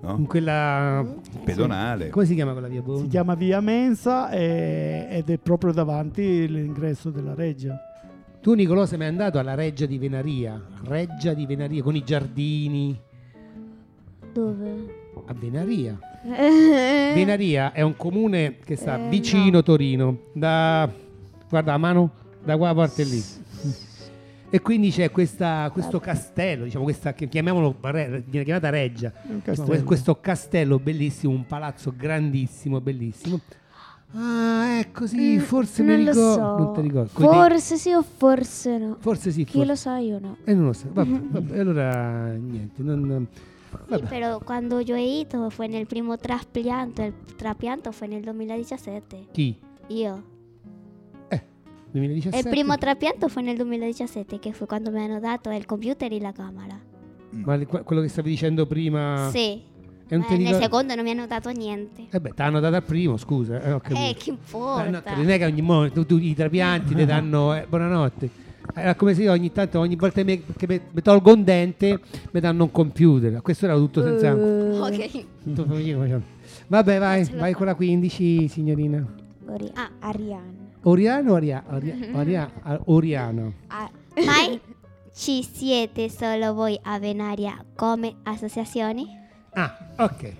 S10: no?
S3: In quella
S10: pedonale.
S3: Come si chiama quella via? Boh.
S6: Si chiama Via Mensa e- ed è proprio davanti l'ingresso della Reggia.
S3: Tu Nicolò sei mai andato alla Reggia di Venaria, Reggia di Venaria con i giardini
S2: Dove? Eh,
S3: a Venaria.
S2: Venare
S3: Venaria è un comune che sta
S2: Eh,
S3: vicino Torino, da guarda a mano da qua a parte lì. E quindi c'è questa-
S2: Eh.
S3: questo castello, diciamo questa che chiamiamolo re- viene chiamata Reggia.
S6: un
S3: Insomma,
S6: castello.
S3: questo castello bellissimo, un palazzo grandissimo, bellissimo. Ah, ecco sì, forse
S2: Mm, non
S3: mi
S2: lo
S3: ricordo,
S2: so.
S3: non ti ricordo. Coi denti-
S2: Forse sì o forse no.
S3: Forse sì,
S2: Chi
S3: forse.
S2: lo sa Mm-hmm. io no.
S3: E non lo so. Vabbè, vabbè, allora niente. non-
S5: Sí,
S3: vabbè.
S5: pero cuando yo he ido fue en el primo traspianto, el trapianto fue en el 2017.
S3: Chi?
S5: Yo.
S3: 2017?
S5: El primo trapianto fue en el 2017, que fue cuando me hanno dato el computer y la cámara.
S3: Ma le- que- quello che stavi dicendo prima...
S5: Sí.
S3: E non
S5: Ma
S3: ti
S5: Eh, nel
S3: ricor-
S5: secondo non mi hanno dato niente.
S3: Eh beh, ti hanno dato al primo, scusa. Eh, ho capito.
S5: Eh, che importa?
S3: Buonanotte, Non è che ogni mo- tu, tu- i trapianti ti danno eh, buonanotte. Era come se io ogni tanto, ogni volta che mi- che mi mi tolgo un dente, mi danno un computer. Questo era tutto senza...
S2: Eh,
S5: Ok.
S3: tutto famiglia come facciamo. Vabbè, vai, vai con la 15, signorina.
S2: Ori-
S5: Ah.
S2: Ariane.
S3: Oriano o Aria- Aria- Aria- A- Oriano?
S5: Ah. Mai C7 solo voy a Venaria come associazioni?
S3: Ah, ok.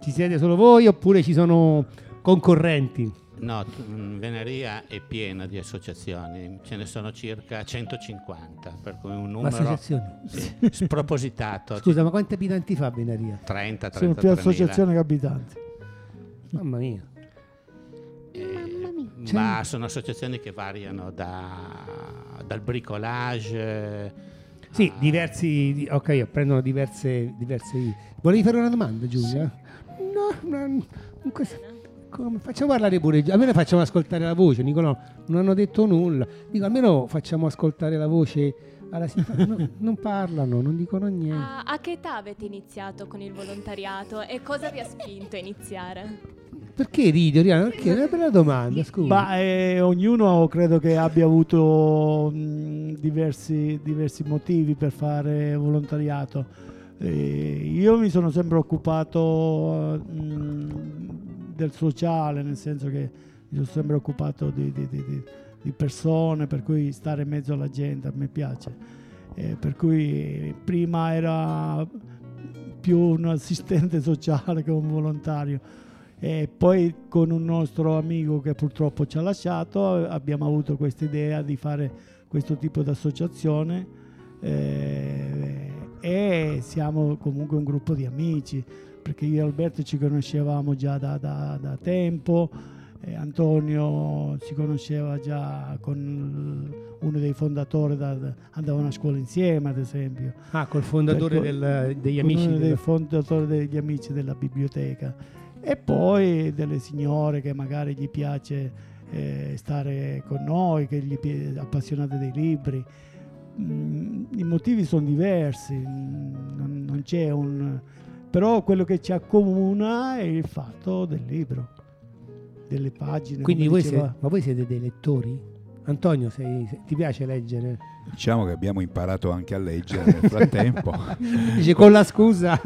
S3: Ci siete solo voi oppure ci sono concorrenti?
S7: No, t- mm, Venaria è piena di associazioni, ce ne sono circa 150, per cui un numero
S3: Associazioni?
S7: sì, spropositato.
S3: Scusa, ma quanti abitanti fa Benaria?
S7: 30, 33
S6: Sono più associazioni che abitanti.
S3: Mamma mia.
S7: Eh,
S6: cioè-
S7: Ma sono associazioni che variano da- dal bricolage.
S3: Sì, diversi. di- Ok, io prendono diverse, diverse. Volevi fare una domanda, Giulia? No, no, in questo- come- Facciamo parlare pure, Giu- almeno facciamo ascoltare la voce, Nicolò. Non hanno detto nulla. Dico, almeno facciamo ascoltare la voce alla signora. No, non parlano, non dicono niente.
S9: A, a che età avete iniziato con il volontariato e cosa vi ha spinto a iniziare?
S3: Perché ridi, Oriana? Perché? È una bella domanda, scusa.
S6: Ma eh, ognuno credo che abbia avuto mh, diversi, diversi motivi per fare volontariato. Eh, io mi sono sempre occupato mh, del sociale, nel senso che mi sono sempre occupato di, di- di- di- di persone, per cui stare in mezzo alla gente a me piace. Eh, per cui prima era più un assistente sociale che un volontario. E poi con un nostro amico che purtroppo ci ha lasciato eh, abbiamo avuto questa idea di fare questo tipo di associazione eh, e siamo comunque un gruppo di amici perché io e Alberto ci conoscevamo già da, da- da tempo, eh, Antonio si conosceva già con uno dei fondatori, da- da- andavano a scuola insieme ad esempio.
S3: Ah, col fondatore
S6: Per cui-
S3: del- degli
S6: con
S3: amici
S6: Ecco, uno dei
S3: della-
S6: fondatori degli amici della biblioteca e poi delle signore che magari gli piace eh, stare con noi, che gli pi- appassionate dei libri. Mm, I motivi sono diversi, mm, non, non c'è un... però quello che ci accomuna è il fatto del libro, delle pagine.
S3: Quindi
S6: come
S3: voi
S6: diceva-
S3: siete, ma voi siete dei lettori? Antonio, sei- se- ti piace leggere?
S10: Diciamo che abbiamo imparato anche a leggere nel frattempo.
S3: Dice con la scusa.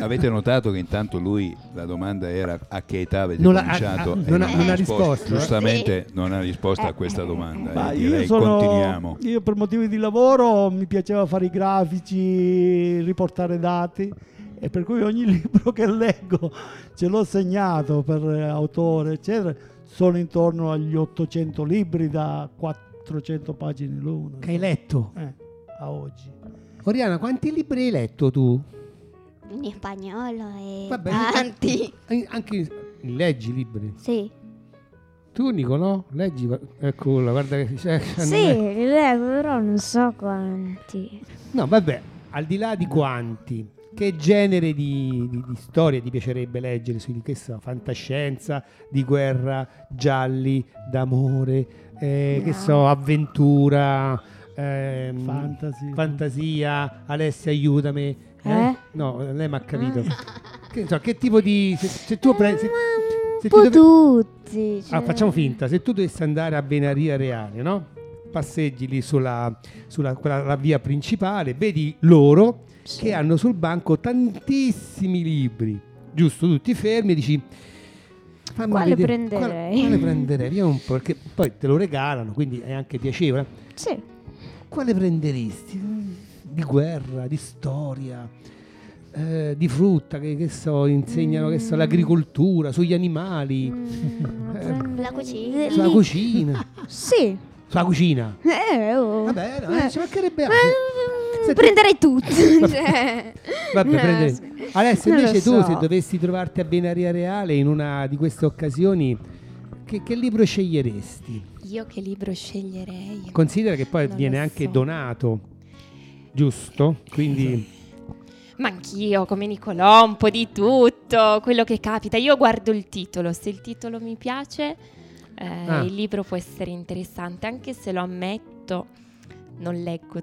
S10: Avete notato che intanto lui la domanda era a che età avete
S3: Non ha-
S10: cominciato?
S3: ha-
S10: e
S3: non ha- non ha risposto, eh?
S10: Giustamente non ha risposto a questa domanda.
S6: Ma
S10: e
S6: io
S10: direi
S6: sono-
S10: continuiamo.
S6: Io per motivi di lavoro mi piaceva fare i grafici, riportare dati e per cui ogni libro che leggo ce l'ho segnato per eh, autore, eccetera. Sono intorno agli 800 libri da 400 pagine l'uno.
S3: Che hai letto?
S6: Eh, a oggi.
S3: Oriana, quanti libri hai letto tu?
S5: In spagnolo e
S3: Vabbè,
S5: Ah, tanti.
S3: an- Anche leggi libri.
S5: Sì.
S3: Tu, Nicolò, leggi. Eccola, guarda che c'è.
S2: Sì, li leggo, però non so quanti.
S3: No, vabbè, al di là di quanti, che genere di, di- di storie ti piacerebbe leggere? Su che so, fantascienza, di guerra, gialli, d'amore, eh, che
S6: No.
S3: so, avventura,
S10: Mm.
S3: ehm,
S6: Fantasy.
S3: fantasia. Alessia, aiutami.
S2: Eh?
S3: No, lei mi ha capito. Che, so, che tipo di. Se, se tu prendi. Se, se
S2: Eh, Un
S3: tu
S2: po'
S3: dove-
S2: tutti.
S3: Ah,
S2: cioè.
S3: facciamo finta, se tu dovessi andare a Venaria Reale, no? passeggi lì sulla, sulla- quella- la via principale, vedi loro
S13: Sì.
S3: che hanno sul banco tantissimi libri, giusto? Tutti fermi e dici... "Fammi
S13: Quale
S3: vedere,
S13: prenderei?"
S3: Quale, quale prenderei? Vediamo un po', perché poi te lo regalano, quindi è anche piacevole.
S13: Sì.
S3: Quale prenderesti? Di guerra, di storia, eh, di frutta, che, che so, insegnano che
S14: Mm.
S3: so, l'agricoltura, sugli animali,
S2: Mm,
S3: Eh.
S5: La cucina.
S3: sulla
S14: Mm.
S3: cucina.
S13: Sì.
S3: Sulla cucina.
S13: Eh, oh.
S3: Vabbè, no, eh, ci mancherebbe
S2: mm,
S13: Eh, Prenderei tutti. cioè.
S3: Vabbè,
S13: No,
S3: prendere-
S13: sì.
S3: Alessio,
S13: Non lo
S3: invece tu,
S13: so.
S3: se dovessi trovarti a Benaria Reale in una di queste occasioni, che, che libro sceglieresti?
S14: Io che libro sceglierei?
S3: Considera che poi
S14: Non
S3: viene
S14: lo
S3: anche
S14: so.
S3: donato, giusto? Quindi
S14: Ma anch'io, come Nicolò, un po' di tutto, quello che capita. Io guardo il titolo, se il titolo mi piace, eh,
S3: Ah.
S14: il libro può essere interessante, anche se lo ammetto, non leggo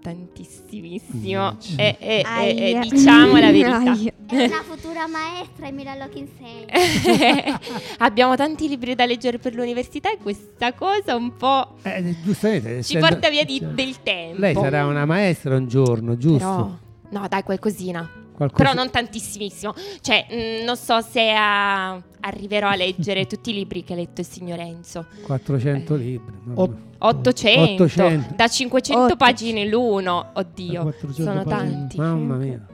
S14: tantissimissimo. E, e- e- e
S5: Aia.
S14: diciamo la verità.
S5: Aia. È una futura maestra e mi la lo insegna.
S14: Abbiamo tanti libri da leggere per l'università e questa cosa un po'
S3: eh, giustamente
S14: ci
S3: essendo-
S14: porta via di- del tempo.
S3: Lei sarà una maestra un giorno,
S14: Però,
S3: giusto?
S14: no, dai, qualcosina.
S3: Qualcosa-
S14: Però non tantissimissimo. Cioè, mh, non so se ah, arriverò a leggere tutti i libri che ha letto il signor Enzo.
S3: 400 libri. mamma.
S14: 800,
S3: 800.
S14: da 500 pagine l'uno. Oddio,
S3: 400
S14: sono
S3: pagine.
S14: tanti.
S3: Mamma mia.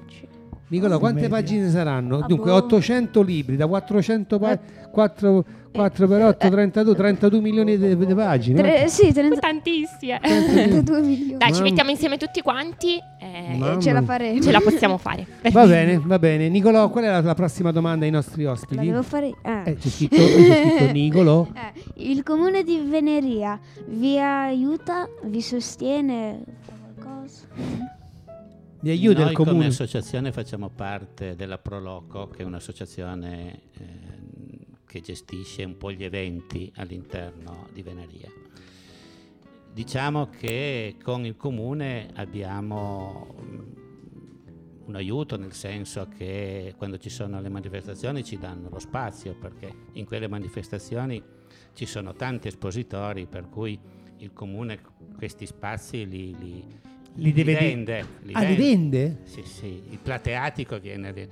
S3: Nicola, quante
S13: media.
S3: pagine saranno?
S14: Ah,
S3: Dunque,
S14: boh.
S3: 800 libri, da 400 pa- 4, 4 per 8, 32, 32 milioni di di pagine.
S13: Tre- sì, trenta-
S14: Tantissime.
S13: 32 milioni.
S14: Dai, ci
S3: Mamma-
S14: mettiamo insieme tutti quanti eh,
S3: Mamma. Ce la
S13: faremo.
S14: Ce la possiamo fare.
S3: Va bene, va bene. Nicolò, qual è la, la prossima domanda ai nostri
S2: La
S3: ospiti?
S2: devo fare. ah.
S3: Eh, c'è scritto, c'è scritto Nicolò.
S2: Eh, il comune di Veneria vi aiuta, vi sostiene fa qualcosa?
S3: Vi aiuta
S7: Noi
S3: il
S7: come
S3: comune?
S7: associazione facciamo parte della Proloco, che è un'associazione eh, che gestisce un po' gli eventi all'interno di Venaria. Diciamo che con il comune abbiamo mm, un aiuto nel senso che quando ci sono le manifestazioni ci danno lo spazio perché in quelle manifestazioni ci sono tanti espositori per cui il comune questi spazi li, li,
S3: Li deve di-
S7: vende.
S3: Ah, li vende?
S7: Sì, sì, il plateatico viene... de-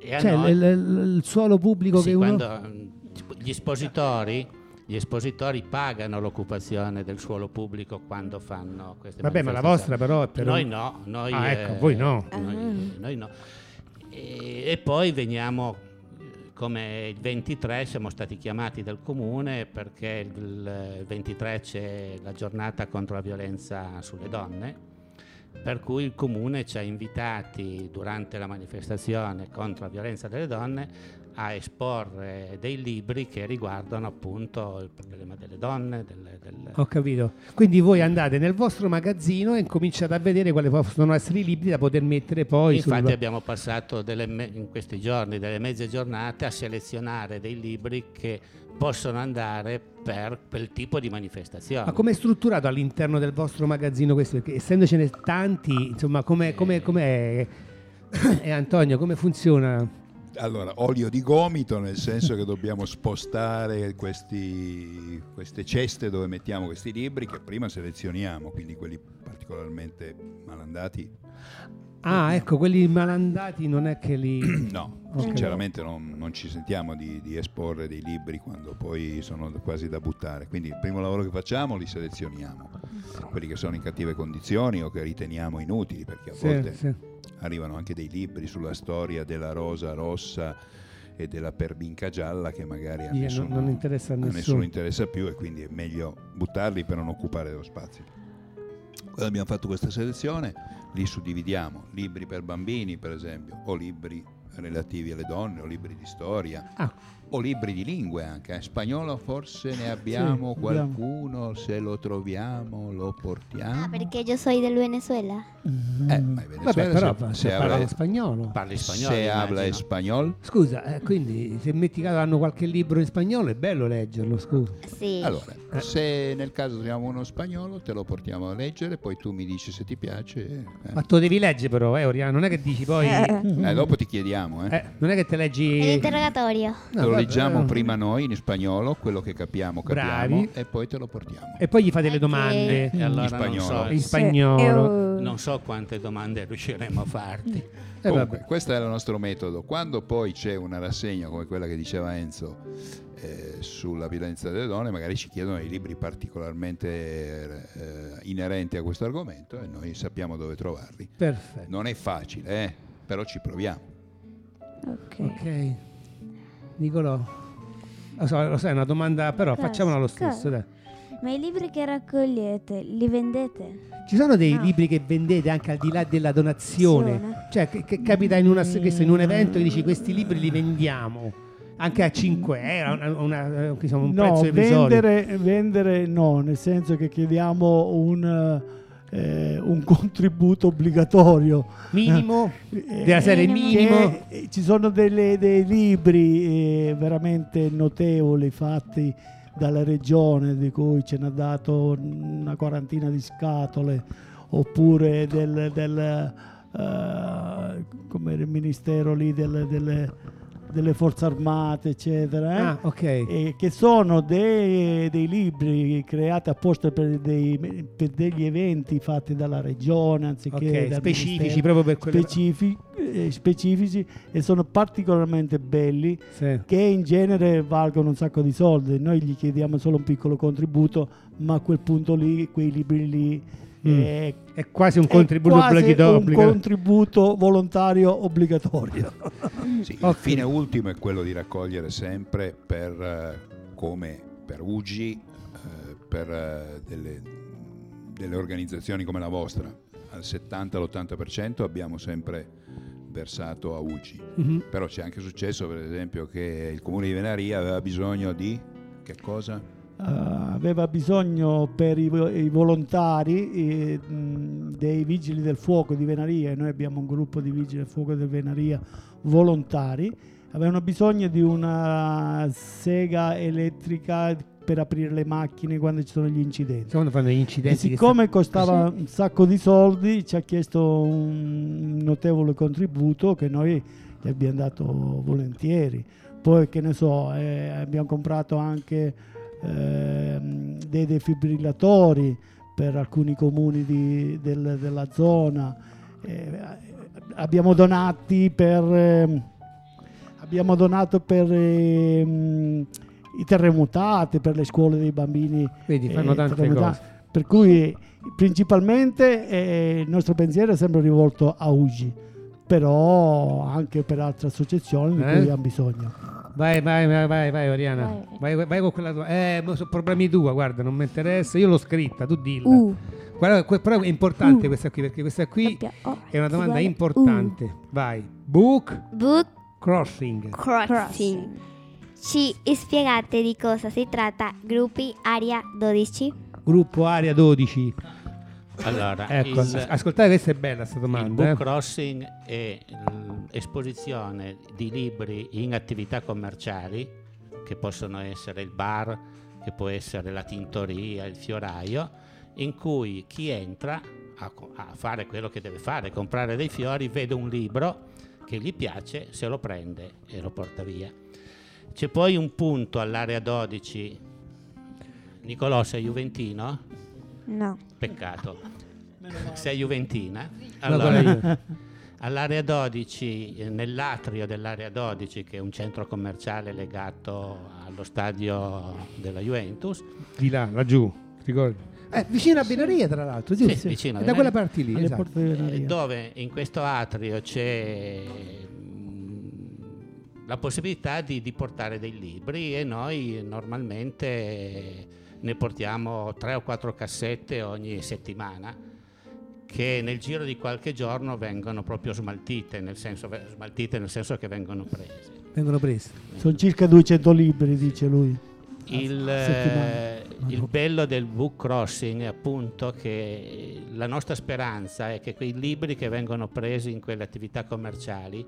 S7: E a
S3: Cioè,
S7: noi-
S3: il, il- il suolo pubblico
S7: Eh, sì,
S3: che uno...
S7: quando, mh, gli espositori gli espositori pagano l'occupazione del suolo pubblico quando fanno queste
S3: Vabbè, ma la vostra
S7: manifestazioni.
S3: però è per
S7: noi
S3: un-
S7: no noi,
S3: Ah, ecco,
S7: eh,
S3: voi no.
S7: noi, noi no e, e poi veniamo eh, come il 23 siamo stati chiamati dal comune perché il 23 c'è la giornata contro la violenza sulle donne per cui il comune ci ha invitati durante la manifestazione contro la violenza delle donne a esporre dei libri che riguardano appunto il problema delle donne, delle- delle-
S3: Ho capito. Quindi voi andate nel vostro magazzino e cominciate a vedere quali possono essere i libri da poter mettere poi sul...
S7: Infatti abbiamo passato delle me- in questi giorni delle mezze giornate a selezionare dei libri che possono andare per quel tipo di manifestazione.
S3: Ma come è strutturato all'interno del vostro magazzino questo? Perché essendocene tanti, insomma,
S10: Eh.
S3: come come- com'è... E Antonio, come funziona?
S10: Allora, olio di gomito, nel senso che dobbiamo spostare questi- queste ceste dove mettiamo questi libri che prima selezioniamo, quindi quelli particolarmente malandati.
S3: Ah,
S10: Eh.
S3: ecco, quelli malandati non è che li...
S10: No,
S3: Ok.
S10: sinceramente non, non ci sentiamo di, di esporre dei libri quando poi sono quasi da buttare. Quindi il primo lavoro che facciamo li selezioniamo, quelli che sono in cattive condizioni o che riteniamo inutili, perché a
S3: Sì,
S10: volte
S3: sì.
S10: arrivano anche dei libri sulla storia della rosa rossa e della perbinca gialla che magari a
S3: Sì,
S10: nessuno,
S3: non- non interessa a nessuno.
S10: interessa più e quindi è meglio buttarli per non occupare lo spazio. Quando abbiamo fatto questa selezione li suddividiamo, libri per bambini per esempio, o libri relativi alle donne, o libri di storia,
S3: Ah,
S10: o libri di lingue anche. eh. Spagnolo forse ne abbiamo abbiamo. qualcuno, se lo troviamo lo portiamo.
S5: Ah, perché io soy del Venezuela.
S10: Eh, ma in
S3: Vabbè,
S10: Venezuela
S3: però
S10: se-
S3: se,
S10: se
S3: parla
S10: avrà-
S3: spagnolo.
S7: Parli
S10: Se habla spagnol
S3: Scusa, eh, quindi se metti caso hanno qualche libro in spagnolo è bello leggerlo, scusa.
S5: Sì.
S10: Allora,
S3: Eh.
S10: se nel caso troviamo uno spagnolo, te lo portiamo a leggere, poi tu mi dici se ti piace. eh.
S3: Ma tu devi leggere però, eh, Oriana, non è che dici poi...
S10: Eh, dopo ti chiediamo. leggiamo, eh.
S3: Eh, non è che te leggi...
S5: Eh, L'interrogatorio.
S3: No, eh.
S10: te lo
S3: guarda,
S10: leggiamo
S3: no.
S10: prima noi in spagnolo, quello che capiamo, capiamo,
S3: Bravi.
S10: e poi te lo portiamo.
S3: E poi eh, gli fate le domande.
S10: E allora non so.
S3: Mm. In
S2: Eh,
S3: spagnolo.
S2: oh.
S7: Non so quante domande riusciremo a farti.
S3: Eh,
S10: Comunque, questo era il nostro metodo. Quando poi c'è una rassegna come quella che diceva Enzo eh, sulla violenza delle donne, magari ci chiedono dei libri particolarmente eh, inerenti a questo argomento e noi sappiamo dove trovarli.
S3: Perfetto.
S10: Non è facile, eh, però ci proviamo.
S3: Ok. Nicolò. Lo, so, lo sai, è una domanda, però
S2: Cosa?
S3: facciamola lo stesso.
S2: Cosa?
S3: dai.
S2: Ma i libri che raccogliete, li vendete?
S3: Ci sono dei
S2: Ah.
S3: libri che vendete anche al di là della donazione?
S2: Donazione.
S3: Cioè, che, che capita in, una- che so, in un evento che dici questi libri li vendiamo anche a 5 euro, una- una- eh, insomma, un
S6: No,
S3: prezzo irrisorio.
S6: vendere, vendere no, nel senso che chiediamo un, eh, un contributo obbligatorio.
S3: Minimo?
S6: Eh,
S3: Della serie minimo?
S6: che, eh, ci sono delle- dei libri eh, veramente notevoli fatti dalla regione di cui ce n'ha dato una quarantina di scatole oppure del, del, eh, come era il ministero lì delle, delle- delle forze armate eccetera eh?
S3: Ah, ok.
S6: Eh, che sono dei, dei libri creati apposta per, dei- per degli eventi fatti dalla regione anziché
S3: Ok,
S6: dal
S3: specifici,
S6: ministero,
S3: proprio per quelle-
S6: specifi- eh, specifici e sono particolarmente belli
S3: Sì.
S6: che in genere valgono un sacco di soldi noi gli chiediamo solo un piccolo contributo ma a quel punto lì quei libri lì
S3: Mm.
S6: eh,
S3: È quasi un
S6: è
S3: contributo
S6: quasi
S3: obbligatorio-
S6: un contributo volontario obbligatorio Mm.
S10: Sì, Il fine ultimo è quello di raccogliere sempre per eh, come per UGI, eh, per eh, delle, delle organizzazioni come la vostra. Al 70-80% abbiamo sempre versato a UGI.
S3: Mhm.
S10: Però c'è anche successo, per esempio, che il comune di Venaria aveva bisogno di che cosa?
S6: Eh, aveva bisogno per i, vo- i volontari eh, mh, dei vigili del fuoco di Venaria, e noi abbiamo un gruppo di vigili del fuoco del Venaria volontari, avevano bisogno di una sega elettrica per aprire le macchine quando ci sono gli incidenti.
S3: Quando fanno gli
S6: E
S3: incidenti. che
S6: siccome
S3: sta-
S6: costava
S3: Sì.
S6: un sacco di soldi, ci ha chiesto un notevole contributo che noi gli abbiamo dato volentieri. Poi, che ne so, eh, abbiamo comprato anche ehm, dei defibrillatori per alcuni comuni di- del- della zona. Eh, abbiamo donati per. ehm, abbiamo donato per ehm, i terremotati, per le scuole dei bambini.
S3: Vedi, fanno tante
S6: terremotati.
S3: cose.
S6: Per cui principalmente eh, il nostro pensiero è sempre rivolto a UGI, però anche per altre associazioni di
S3: Eh?
S6: cui hanno bisogno.
S3: Vai, vai, vai, vai, vai, Oriana. Vai, vai, con quella tua. Eh, ma sono problemi tua, guarda, non mi interessa. Io l'ho scritta, tu dilla.
S2: U.
S3: Guarda, que- però è importante questa qui, perché questa qui è una domanda
S2: uguale U.
S3: importante. Vai. Book,
S5: Book
S3: crossing.
S5: Crossing. Ci spiegate di cosa si tratta gruppi aria 12?
S3: Gruppo Area 12.
S7: Allora,
S3: Ecco,
S7: il-
S3: as- ascoltate, questa è bella questa
S7: Il
S3: domanda.
S7: book
S3: eh.
S7: crossing è l'esposizione di libri in attività commerciali, che possono essere il bar, che può essere la tintoria, il fioraio, in cui chi entra a, co- a fare quello che deve fare, comprare dei fiori, vede un libro che gli piace, se lo prende e lo porta via. C'è poi un punto all'area 12. Nicolò, sei Juventino?
S2: No.
S7: Peccato. Sei Juventina?
S3: quello
S7: Allora,
S3: io.
S7: all'area 12, eh, nell'atrio dell'area 12, che è un centro commerciale legato allo stadio della Juventus,
S3: Di là, laggiù, ricordi? Eh, vicino a Benaria, tra l'altro,
S7: Sì,
S3: giusto?
S7: vicino a
S3: È da
S7: Benaria.
S3: quella parte lì.
S7: Alle
S3: esatto.
S7: porte di eh, dove in questo atrio c'è mm, la possibilità di, di portare dei libri e noi normalmente ne portiamo tre o quattro cassette ogni settimana che nel giro di qualche giorno vengono proprio smaltite, nel senso, smaltite nel senso che vengono prese.
S3: Vengono presi.
S6: Sono circa 200 libri, dice lui.
S7: Il,
S6: settimana.
S7: eh, il bello del book crossing è appunto che la nostra speranza è che quei libri che vengono presi in quelle attività commerciali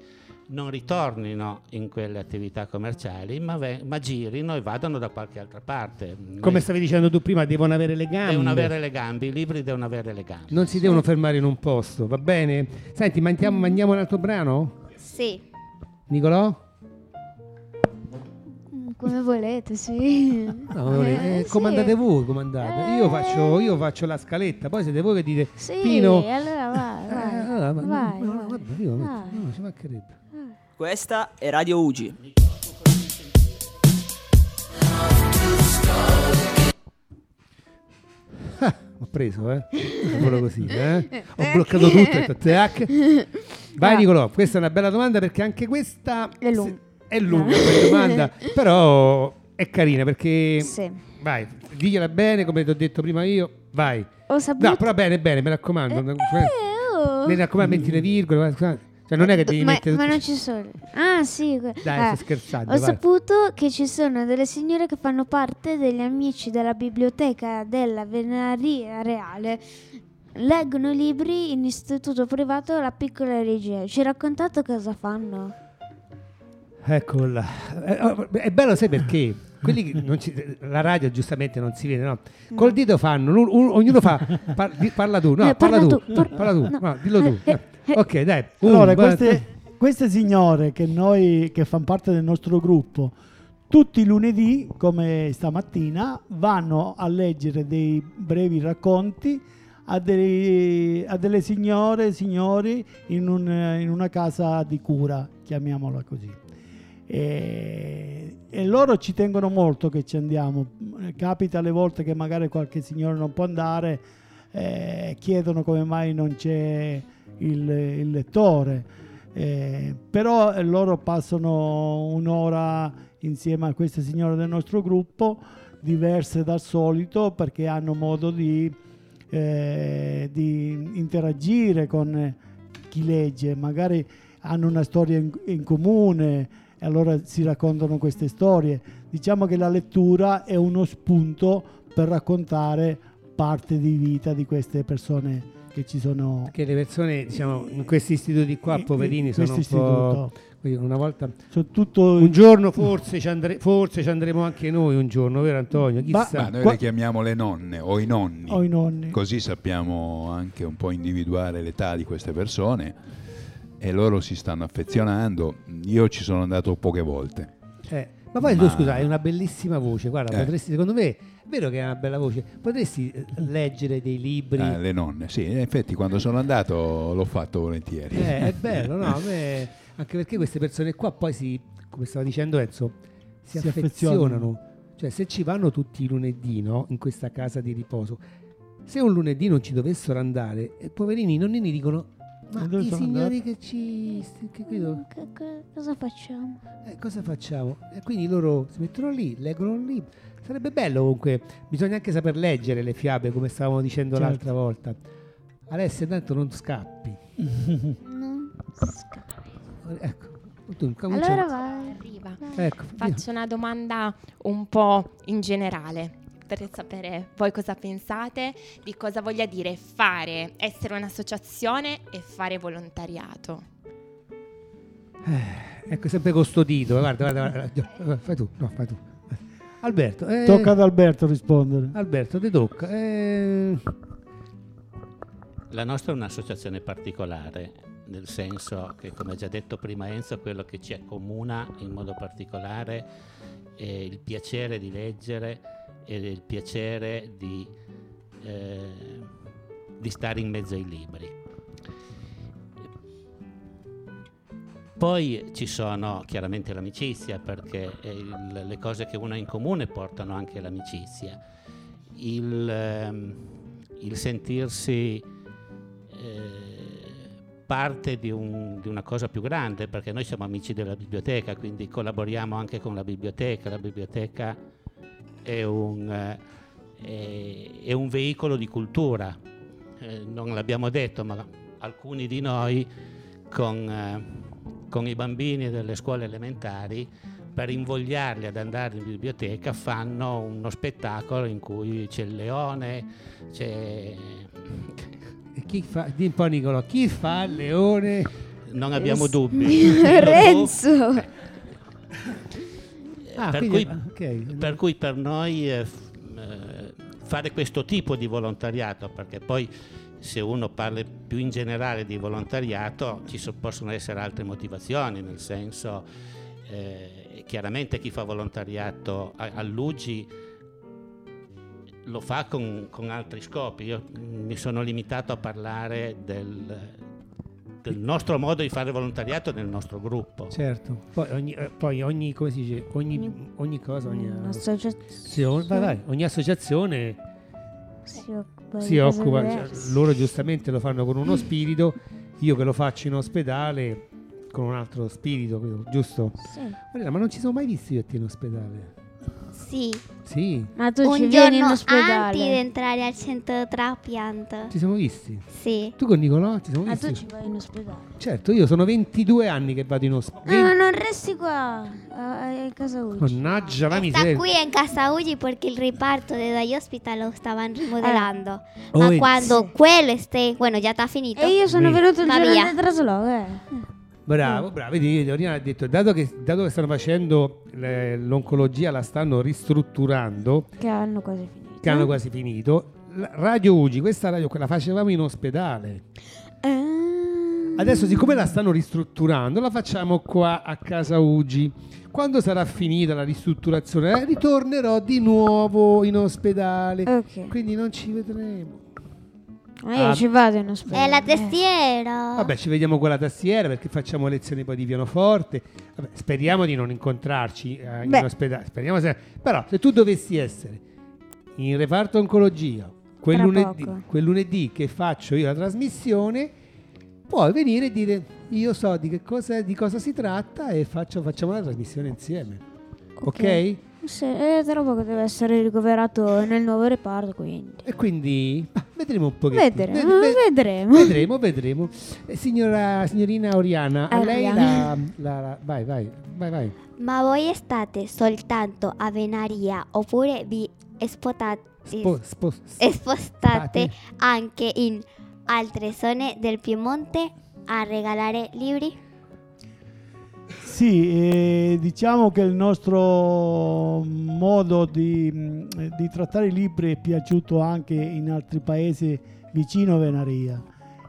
S7: non ritornino in quelle attività commerciali, ma, ve- ma girino e vadano da qualche altra parte.
S3: Come stavi dicendo tu prima, devono avere le gambe.
S7: Devono avere le gambe, i libri devono avere le gambe.
S3: Non si devono fermare in un posto, va bene? Senti, mandiamo, mandiamo un altro brano?
S5: Sì.
S3: Nicolò?
S13: Mm, Come volete, sì.
S3: No, come volete.
S13: Eh,
S3: Eh,
S13: sì. Eh,
S3: comandate voi, comandate. Io, faccio, io faccio la scaletta, poi siete voi che dite
S13: Sì,
S3: Pino.
S13: allora vai, vai.
S3: eh, allora, ma-
S13: vai, Ah.
S3: ma-
S13: vai.
S3: guarda, io-
S13: Vai.
S3: no, ci mancherebbe.
S11: Questa è Radio Ugi.
S3: Ah, Ho preso, eh? Solo così, eh? Ho bloccato tutto. ho detto, tac. Vai,
S2: Ah.
S3: Nicolò, questa è una bella domanda perché anche questa
S2: È lungo.
S3: è lunga come domanda, però è carina perché.
S2: Sì.
S3: Vai, digliela bene come ti ho detto prima io. Vai.
S2: Ho saputo-
S3: No, però bene, bene, mi raccomando.
S13: Eh,
S3: cioè,
S13: oh.
S3: Mi raccomando, metti le virgole. guarda, guarda. Cioè, non è che devi
S13: ma,
S3: mettere.
S13: ma
S3: tutto-
S13: non ci sono. Ah, sì. que-
S3: Dai,
S13: ah.
S3: sto scherzando.
S13: Ho
S3: vai.
S13: saputo che ci sono delle signore che fanno parte degli amici della biblioteca della Venaria Reale. Leggono libri in istituto privato La piccola regia. Ci hai raccontato cosa fanno?
S3: Eccola. Eh, oh, È bello, sai perché? Quelli che non ci- la radio giustamente non si vede, no? Col dito fanno, l'un- un- ognuno fa, par- di- parla tu, no,
S13: Eh,
S3: parla
S13: parla
S3: tu,
S13: tu, par-
S3: parla tu,
S13: no.
S3: no, dillo tu.
S13: Eh, eh,
S3: Ok, dai. un,
S6: Allora,
S3: va-
S6: queste, queste signore che noi che fanno parte del nostro gruppo, tutti i lunedì, come stamattina, vanno a leggere dei brevi racconti a, dei- a delle signore e signori in, un- in una casa di cura, chiamiamola così. E, e loro ci tengono molto che ci andiamo. Capita le volte che magari qualche signore non può andare, eh, chiedono come mai non c'è il, il lettore. Eh, però eh, loro passano un'ora insieme a queste signore del nostro gruppo, diverse dal solito, perché hanno modo di, eh, di interagire con eh, chi legge, magari hanno una storia in, in comune e allora si raccontano queste storie. Diciamo che la lettura è uno spunto per raccontare parte di vita di queste persone che ci sono
S3: Che le persone, diciamo, in questi istituti qua, poverini, sono un
S6: Eh, questo
S3: po'... quindi Una volta...
S6: tutto
S3: Un giorno forse ci, andre- forse ci andremo anche noi un giorno, vero Antonio? Chissà.
S10: Ma noi le chiamiamo le nonne o i nonni.
S6: O i nonni.
S10: Così sappiamo anche un po' individuare l'età di queste persone e loro si stanno affezionando. Io ci sono andato poche volte.
S3: Eh, ma poi
S10: Ma-
S3: tu scusa, hai una bellissima voce, guarda,
S10: Eh.
S3: potresti, secondo me, è vero che hai una bella voce, potresti eh, leggere dei libri...
S10: Ah, le nonne, sì, in effetti quando sono andato l'ho fatto volentieri.
S3: Eh, è bello, no? A me- anche perché queste persone qua poi si, come stava dicendo Enzo, si,
S6: Si
S3: affezionano.
S6: affezionano.
S3: Cioè, se ci vanno tutti i lunedì, no? In questa casa di riposo, se un lunedì non ci dovessero andare, eh, poverini, i nonnini dicono: Ma
S6: dove
S3: i
S6: sono
S3: signori che ci. che qui do-
S13: Co- Mm, co- cosa facciamo?
S3: eh, cosa facciamo? E quindi loro si mettono lì, leggono lì. Sarebbe bello comunque, bisogna anche saper leggere le fiabe, come stavamo dicendo
S6: Certo.
S3: l'altra volta. Alessia, tanto non scappi.
S13: Non scappa.
S3: Ecco, tu comincia-
S14: Allora vai. Arriva.
S3: Ecco,
S14: Faccio una domanda un po' in generale per sapere voi cosa pensate di cosa voglia dire fare, essere un'associazione e fare volontariato.
S3: Ecco, sempre con sto dito. Guarda, guarda, guarda, guarda. fai tu, no, fai tu. Alberto, eh,
S6: Tocca ad Alberto rispondere.
S3: Alberto, ti tocca. Eh,
S7: La nostra è un'associazione particolare, nel senso che, come già detto prima Enzo, quello che ci accomuna in modo particolare è il piacere di leggere e il piacere di, eh, di stare in mezzo ai libri. Poi ci sono chiaramente l'amicizia, perché eh, il- le cose che uno ha in comune portano anche l'amicizia. Il, ehm, il sentirsi eh, parte di, un- di una cosa più grande, perché noi siamo amici della biblioteca, quindi collaboriamo anche con la biblioteca. La biblioteca è un, eh, è- è un veicolo di cultura. Eh, non l'abbiamo detto, ma alcuni di noi con, eh, con i bambini delle scuole elementari per invogliarli ad andare in biblioteca fanno uno spettacolo in cui c'è il leone, c'è...
S3: e chi fa, di un po' Nicolò, chi fa il leone?
S7: non abbiamo
S3: Eh,
S7: dubbi.
S13: Renzo!
S3: Ah,
S7: per,
S3: quindi-
S7: cui,
S3: ok.
S7: per cui per noi eh, f- eh, fare questo tipo di volontariato, perché poi se uno parla più in generale di volontariato, ci so- possono essere altre motivazioni, nel senso eh, chiaramente chi fa volontariato a- all'UGI lo fa con, con altri scopi. Io mi sono limitato a parlare del, del nostro modo di fare volontariato nel nostro gruppo.
S3: Certo, poi ogni, eh, poi ogni- come si dice, ogni, ogni cosa, ogni
S13: Mm, associazione,
S3: vai, vai, ogni associazione
S13: Si occupa.
S3: si
S13: di cose
S3: occupa, cioè,
S13: diverse.
S3: loro giustamente lo fanno con uno spirito, io che lo faccio in ospedale con un altro spirito, quello- giusto?
S5: Sì.
S3: Marina, ma non ci sono mai visti io e te in ospedale?
S5: Sì.
S3: Sì,
S13: Ma tu
S5: un
S13: ci
S5: giorno
S13: vieni in ospedale.
S5: antes di entrare al centro trapianto.
S3: ci siamo visti.
S5: Sì.
S3: Tu con Nicolò ci siamo
S13: Ma
S3: visti?
S13: Ah, tu ci vai in ospedale.
S3: Certo, io sono 22 anni che vado in ospedale.
S13: Ah, No, non resti qua. A, a casa Ucci.
S3: Mannaggia la
S5: Está
S3: miseria.
S5: aquí en Casa Uji porque el reparto de Day Hospital lo estaban remodelando.
S3: Ah.
S5: A
S3: Oh,
S5: cuando Quell esté, bueno, ya está finito.
S13: E io sono
S3: Sì.
S13: venuto il
S5: Va
S13: giorno
S5: via.
S13: del trasloco, eh.
S3: Bravo, bravo. Vedi, vedi, Oriana ha detto, dato che, dato che stanno facendo le- l'oncologia, la stanno ristrutturando,
S13: Che hanno quasi finito.
S3: che
S2: Mm.
S3: hanno quasi finito, la- Radio Ugi, questa radio qua la facevamo in ospedale.
S13: Ehm,
S3: Adesso siccome la stanno ristrutturando, la facciamo qua a casa Ugi. Quando sarà finita la ristrutturazione, eh, ritornerò di nuovo in ospedale.
S13: Ok.
S3: Quindi non ci vedremo.
S13: Ma io
S3: Ah.
S13: ci vado in ospedale.
S5: Eh, la
S13: Ah.
S5: testiera.
S3: Vabbè, ci vediamo con la tastiera perché facciamo lezioni poi di pianoforte. Vabbè, speriamo di non incontrarci eh, in
S13: Beh.
S3: ospedale. Speriamo se- Però, se tu dovessi essere in reparto oncologia quel
S13: Tra
S3: lunedì,
S13: poco.
S3: quel lunedì che faccio io la trasmissione, puoi venire e dire: Io so di, che cosa, di cosa si tratta e faccio- facciamo la trasmissione insieme. Ok?
S13: Se, eh, tra poco deve essere ricoverato nel nuovo reparto, quindi.
S3: E quindi bah, vedremo un pochettino.
S13: Vedremo,
S3: Ved- ved-
S13: vedremo.
S3: Vedremo, vedremo. Eh, signora, signorina Oriana,
S5: Ah,
S3: a lei la,
S5: Ariana.
S3: la- la- Vai, vai, vai, vai.
S5: Ma voi estate soltanto a Venaria oppure vi spotate,
S3: Spo- spo-
S5: e spostate anche in altre zone del Piemonte a regalare libri?
S6: Sì, eh, diciamo che il nostro modo di, mh, eh, di trattare i libri è piaciuto anche in altri paesi vicino a Venaria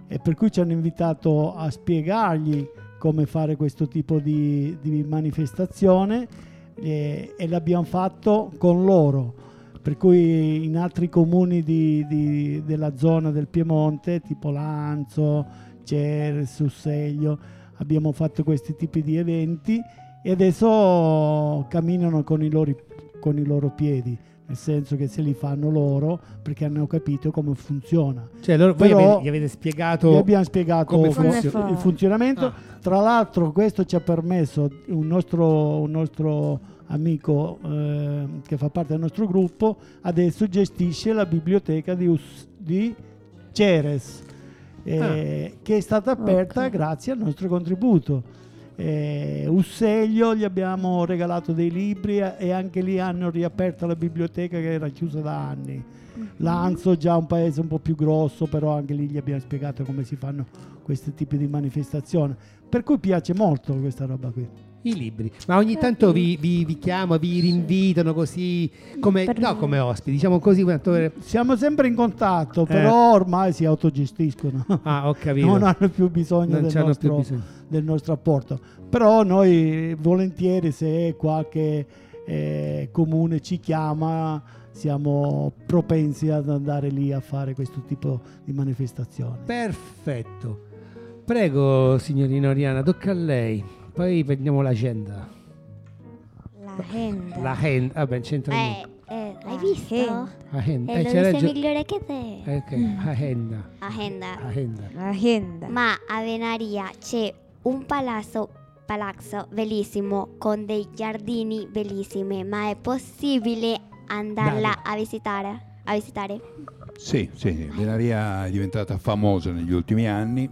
S6: e per cui ci hanno invitato a spiegargli come fare questo tipo di, di manifestazione eh, e l'abbiamo fatto con loro. Per cui in altri comuni di- di- della zona del Piemonte, tipo Lanzo, Cer, Susseglio, abbiamo fatto questi tipi di eventi e adesso camminano con i loro, con i loro piedi, nel senso che se li fanno loro perché hanno capito come funziona.
S3: Cioè, loro- voi
S6: Però
S3: avete- gli avete spiegato
S6: gli abbiamo spiegato
S3: come
S6: come
S3: funziona. Ah.
S6: il funzionamento. Tra l'altro questo ci ha permesso un nostro, un nostro amico eh, che fa parte del nostro gruppo, adesso gestisce la biblioteca di, Us- di Ceres,
S3: Ah.
S6: eh, che è stata aperta grazie al nostro contributo. Eh, Usseglio gli abbiamo regalato dei libri eh, e anche lì hanno riaperto la biblioteca che era chiusa da anni. Lanzo già un paese un po' più grosso, però anche lì gli abbiamo spiegato come si fanno questi tipi di manifestazioni. Per cui piace molto questa roba qui.
S3: I libri. Ma
S5: Eh.
S3: ogni tanto vi, vi, vi chiamo, vi rinvitano così, come, no, come ospiti, diciamo così. quanto-
S5: Mm.
S6: Siamo sempre in contatto,
S3: Eh.
S6: però ormai si autogestiscono.
S3: Ah, ho capito.
S6: Non hanno più bisogno,
S3: Non
S6: del
S3: c'hanno
S6: nostro,
S3: più bisogno.
S6: del nostro apporto. Però noi eh, volentieri se qualche eh, comune ci chiama siamo propensi ad andare lì a fare questo tipo di manifestazioni.
S3: Perfetto. Prego, signorina Oriana, tocca a lei. Poi prendiamo l'agenda.
S13: La gente.
S3: La hand, vabbè, non c'entra
S5: Eh,
S3: niente.
S5: eh, ¿L'hai visto?
S3: La hand,
S5: Eh,
S3: eh,
S5: lo
S3: c'era
S5: dice
S3: gio-
S5: migliore che te.
S3: Eh, Ok,
S5: Mm.
S3: agenda.
S5: Agenda.
S3: Agenda.
S5: Ma a Venaria c'è un palazzo, palazzo bellissimo con dei giardini bellissimi, ma è possibile andarla a visitare? A visitare?
S10: Sì, sì, sì. Benaria è diventata famosa negli ultimi anni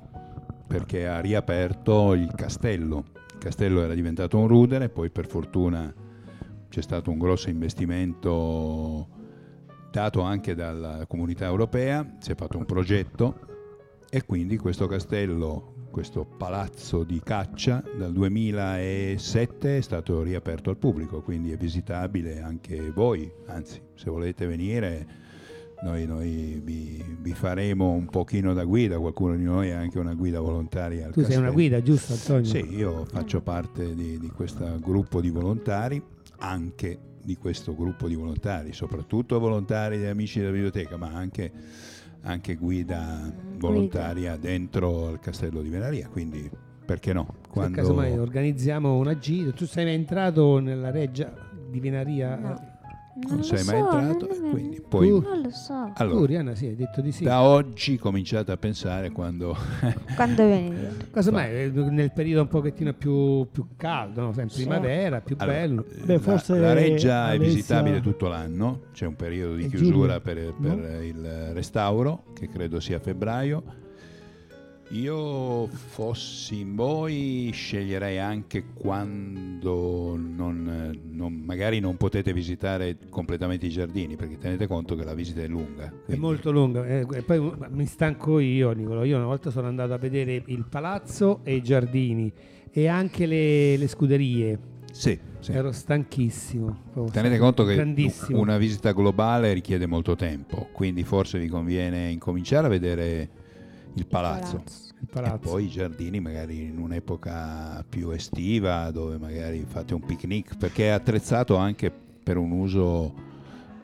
S10: perché ha riaperto il castello. Il castello era diventato un rudere, poi per fortuna c'è stato un grosso investimento dato anche dalla comunità europea, si è fatto un progetto e quindi questo castello, questo palazzo di caccia dal 2007 è stato riaperto al pubblico, quindi è visitabile anche voi, anzi se volete venire Noi, noi vi, vi faremo un pochino da guida, qualcuno di noi è anche una guida volontaria. Al
S3: Tu sei una
S10: castello.
S3: guida, giusto Antonio?
S10: Sì, io faccio parte di, di questo gruppo di volontari, anche di questo gruppo di volontari, soprattutto volontari degli amici della biblioteca, ma anche, anche guida volontaria dentro il castello di Venaria, quindi perché no?
S3: Se casomai organizziamo una gita, tu sei mai entrato nella reggia di Venaria? eh,
S10: Non sei mai entrato, e quindi poi...
S3: Tu-
S13: Non lo so.
S10: Allora,
S3: tu Rihanna sì, hai detto di Uh, sì.
S10: Da oggi cominciate a pensare quando...
S13: Quando vieni?
S3: Casomai eh, nel periodo un pochettino più, più caldo, no? sempre
S10: Sì.
S3: primavera, più
S10: Allora, eh,
S3: bello.
S10: la, la reggia è visitabile tutto l'anno, c'è un periodo di
S3: È
S10: chiusura
S3: giugno,
S10: per, per il restauro, che credo sia febbraio. Io fossi in voi sceglierei anche quando non- non- magari non potete visitare completamente i giardini, perché tenete conto che la visita è lunga.
S3: È molto lungo. eh, e poi uh, mi stanco io, Nicolo. Io una volta sono andato a vedere il palazzo e i giardini e anche le, le scuderie.
S10: Sì, sì.
S3: Ero stanchissimo. proprio
S10: Tenete
S3: stanco,
S10: conto che
S3: grandissimo.
S10: una visita globale richiede molto tempo, quindi forse vi conviene incominciare a vedere il palazzo. E poi i giardini magari in un'epoca più estiva dove magari fate un picnic perché è attrezzato anche per un uso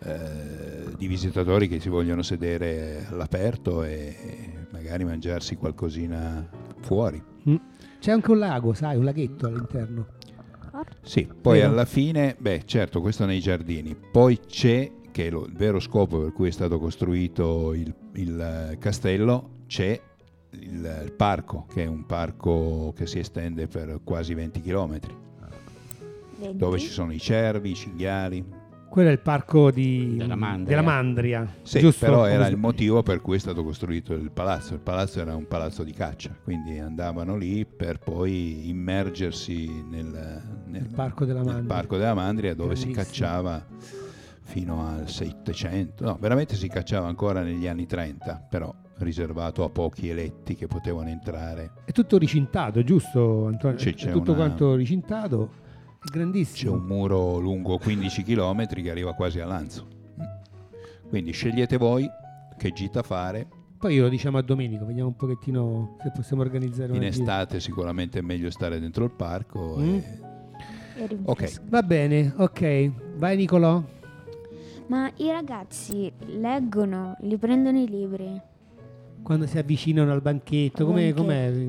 S10: eh, di visitatori che si vogliono sedere all'aperto e magari mangiarsi qualcosina fuori.
S3: Mm. C'è anche un lago, sai, un
S10: Mm.
S3: laghetto all'interno.
S10: Sì, poi
S3: Vero.
S10: alla fine, beh certo, questo nei giardini, poi c'è, che è lo- il vero scopo per cui è stato costruito il, il, eh, castello, c'è il, il parco, che è un parco che si estende per quasi 20 km, dove ci sono i cervi, i cinghiali.
S3: Quello è il parco di- della
S7: Mandria.
S3: Mandria.
S10: Sì,
S3: giusto?
S10: però era
S3: Come si-
S10: il motivo per cui è stato costruito il palazzo. Il palazzo era un palazzo di caccia, quindi andavano lì per poi immergersi nel, nel-
S3: parco della
S10: nel
S3: Mandria.
S10: parco della Mandria dove si
S3: Bellissimo.
S10: cacciava fino al 600, no, veramente si cacciava ancora negli anni 30, però riservato a pochi eletti che potevano entrare.
S3: È tutto ricintato, giusto Antonio?
S10: Sì,
S3: è
S10: c'è
S3: tutto
S10: una-
S3: quanto ricintato. È
S10: C'è
S3: grandissimo.
S10: un muro lungo 15 km che arriva quasi a Lanzo. Quindi scegliete voi che gita fare,
S3: Poi lo diciamo a Domenico, vediamo un pochettino se possiamo organizzare
S10: in
S3: una gita.
S10: estate sicuramente è meglio stare dentro il parco
S3: Mm.
S10: e Ok.
S3: Va bene, ok. Vai Nicolò.
S13: Ma i ragazzi leggono, li prendono i libri.
S3: Quando si avvicinano al banchetto, com'è?
S13: Anche.
S3: com'è?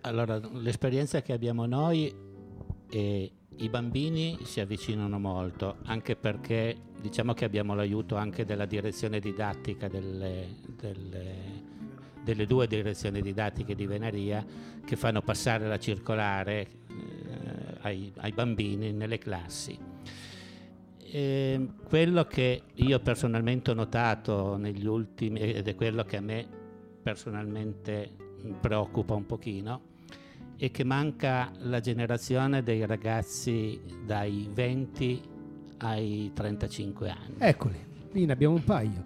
S7: Allora, l'esperienza che abbiamo noi è i bambini si avvicinano molto, anche perché diciamo che abbiamo l'aiuto anche della direzione didattica delle, delle- delle due direzioni didattiche di Venaria che fanno passare la circolare eh, ai- ai bambini nelle classi. Eh, quello che io personalmente ho notato negli ultimi, ed è quello che a me personalmente preoccupa un pochino, è che manca la generazione dei ragazzi dai 20 ai 35 anni.
S10: Eh,
S3: Eccoli, lì ne abbiamo un paio.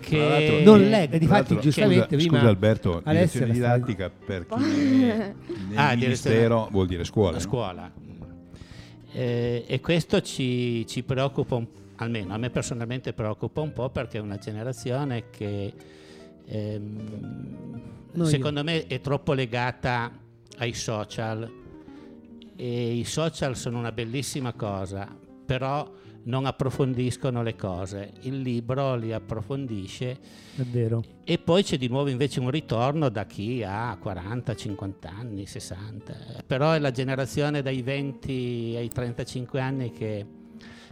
S10: Tra l'altro-
S3: non
S10: tra
S3: leggo, difatti
S10: l'altro-
S3: giustamente
S10: scusa,
S3: prima
S10: scusa Alberto,
S3: Alessia
S10: direzione
S3: la sta-
S10: didattica per chi è nel ministero
S7: Ah, direzione-
S10: vuol dire scuola.
S7: La
S10: no?
S7: scuola. Eh, e questo ci, ci preoccupa, un- almeno a me personalmente preoccupa un po' perché è una generazione che ehm,
S3: No, io-
S7: secondo me è troppo legata ai social e i social sono una bellissima cosa, però non approfondiscono le cose. Il libro li approfondisce
S3: È vero.
S7: e poi c'è di nuovo invece un ritorno da chi ha 40, 50 anni, 60. Però è la generazione dai 20 ai 35 anni che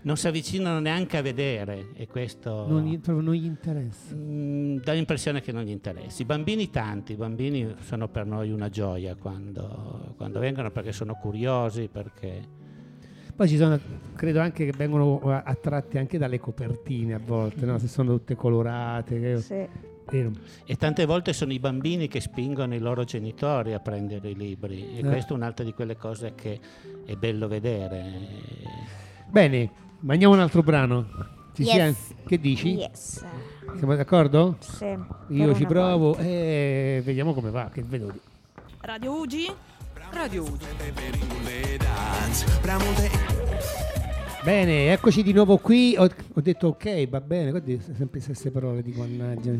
S7: non si avvicinano neanche a vedere e questo
S3: Non gli, proprio non gli interessa.
S7: mm, dà l'impressione che non gli interessi. I bambini tanti, i bambini sono per noi una gioia quando, quando vengono perché sono curiosi, perché...
S3: Poi ci sono, credo anche che vengono eh, attratti anche dalle copertine a volte, no? se sono tutte colorate. che- Vero.
S7: E tante volte sono i bambini che spingono i loro genitori a prendere i libri e
S3: Eh.
S7: questa è un'altra di quelle cose che è bello vedere.
S3: Bene, mandiamo un altro brano. Ci
S7: Yes.
S3: sia- Che dici?
S13: Yes.
S3: Siamo d'accordo?
S13: Sì,
S3: Io
S13: per
S3: ci
S13: una
S3: provo e vediamo come va, che vedo lì.
S15: Radio UG. Radio UG.
S1: Dance, Bramonte.
S3: Bene, eccoci di nuovo qui. Ho, ho detto ok, va bene, guardi, sono sempre le stesse parole di mannaggia.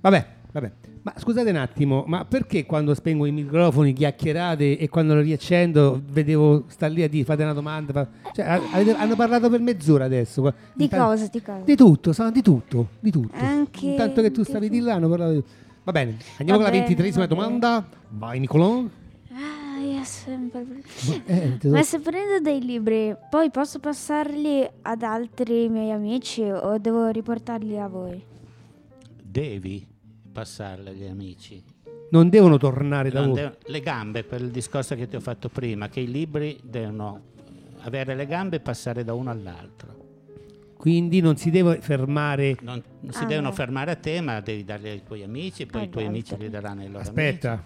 S3: Vabbè, vabbè. Ma scusate un attimo, ma perché quando spengo i microfoni chiacchierate e quando lo riaccendo vedevo star lì a dire fate una domanda? fa- Cioè, a- avete- hanno parlato per mezz'ora adesso. qua.
S2: Di
S3: Intanto-
S2: cosa, di cosa?
S3: Di tutto, sono di tutto, di tutto.
S2: Anche
S3: Intanto che tu stavi di là, hanno parlato di- Va bene, andiamo
S2: Va
S3: con la
S2: bene,
S3: 23esima
S2: va bene.
S3: domanda. Vai Nicolò.
S2: Ah, io sempre...
S3: Eh, te-
S2: Ma se prendo dei libri, poi posso passarli ad altri miei amici o devo riportarli a voi?
S7: Devi passarla agli amici.
S3: Non devono tornare da
S7: Non
S3: voi.
S7: devo- le gambe, per il discorso che ti ho fatto prima, che i libri devono avere le gambe e passare da uno all'altro.
S3: Quindi non si deve fermare.
S7: Non, non si
S3: Ah,
S7: devono
S3: no.
S7: fermare a te, ma devi darli ai tuoi amici, poi i tuoi amici li daranno ai loro amici.
S3: Aspetta,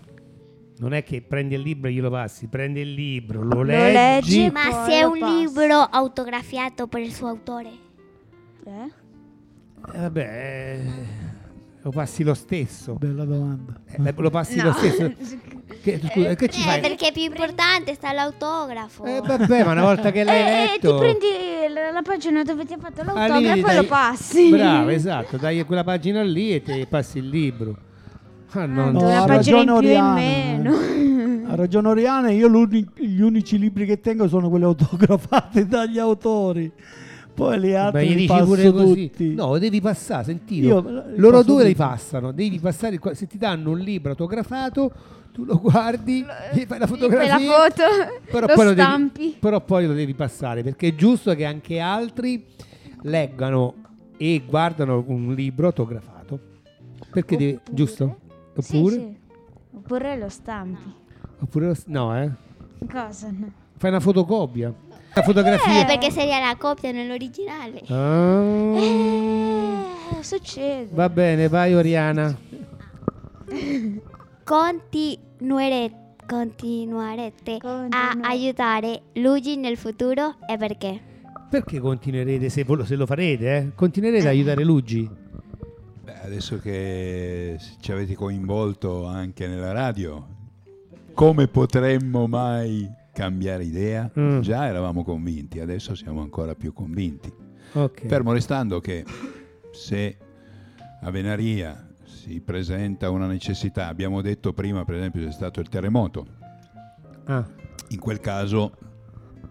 S3: non è che prendi il libro e glielo passi, prendi il libro, lo, leggi.
S5: leggi, ma se è un libro autografiato per il suo autore.
S3: Eh, vabbè, eh, lo passi lo stesso. Eh,
S6: Bella domanda.
S3: lo passi lo stesso. Che, scusa, che ci
S5: Eh,
S3: fai?
S5: perché è più importante sta l'autografo.
S3: Eh, vabbè, ma una volta che l'hai
S2: Eh, eh, ti
S3: letto-
S2: prendi la, la pagina dove ti ha fatto
S3: Ah, lì
S2: l'autografo e
S3: dai-
S2: lo passi.
S3: Brava, esatto, dai quella pagina lì e te passi il libro. Ah, no,
S6: No,
S3: no.
S6: ha ragione Oriana. Ha ragione Oriana, io l'uni- gli unici libri che tengo sono quelli autografati dagli autori. Poi le
S3: Ma
S6: altre
S3: gli
S6: li
S3: dici
S6: passo
S3: pure
S6: tutti.
S3: così. No, devi passare, sentito.
S6: Io li
S3: Loro
S6: passo
S3: due li
S6: tutti.
S3: passano, devi passare qua- se ti danno un libro autografato, tu lo guardi, gli fai la fotografia.
S2: fai la foto, lo
S3: lo devi-
S2: stampi.
S3: però poi lo devi passare, perché è giusto che anche altri leggano e guardano un libro autografato. Perché devi, giusto?
S2: Sì,
S3: Oppure?
S2: sì. Oppure lo stampi.
S3: Oppure lo s- no, eh.
S2: Cosa?
S3: Fai una fotocopia. La fotografia.
S5: Eh, perché seria la copia nell'originale.
S3: Ah.
S2: Eh, succede.
S3: Va bene, vai Oriana.
S5: Continuere- continuarete a aiutare Luigi nel futuro e perché?
S3: Perché continuerete se, vol- se lo farete? eh? Continuerete ad aiutare Luigi?
S10: Beh, adesso che ci avete coinvolto anche nella radio, come potremmo mai cambiare idea?
S3: Mm.
S10: Già eravamo convinti, adesso siamo ancora più convinti.
S3: Ok.
S10: Fermo restando che se a Venaria si presenta una necessità, abbiamo detto prima per esempio c'è stato il terremoto,
S3: Ah.
S10: in quel caso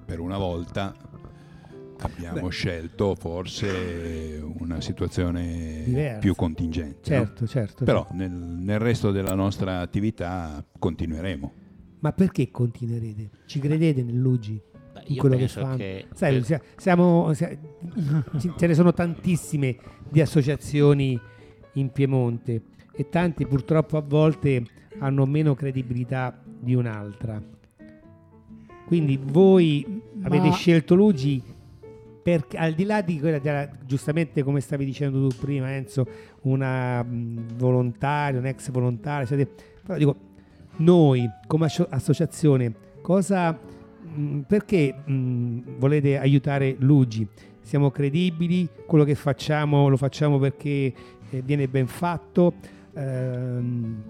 S10: per una volta abbiamo scelto forse una situazione
S3: Diversa.
S10: più contingente. no?
S3: Certo, certo.
S10: Però nel, nel resto della nostra attività continueremo.
S3: Ma perché continuerete? Ci credete nel Luigi? In
S7: io
S3: quello che
S7: penso
S3: fanno?
S7: che-
S3: Sai,
S7: che-
S3: sia- siamo, sia- ci- ce ne sono tantissime di associazioni in Piemonte e tanti purtroppo a volte hanno meno credibilità di un'altra. Quindi voi avete
S6: Ma-
S3: scelto Luigi perché al di là di quella della- giustamente come stavi dicendo tu prima Enzo, una mh, volontaria, un ex volontario, siete- però dico noi come ascio- associazione cosa mh, perché mh, volete aiutare Luigi? Siamo credibili, quello che facciamo lo facciamo perché eh, viene ben fatto. ehm,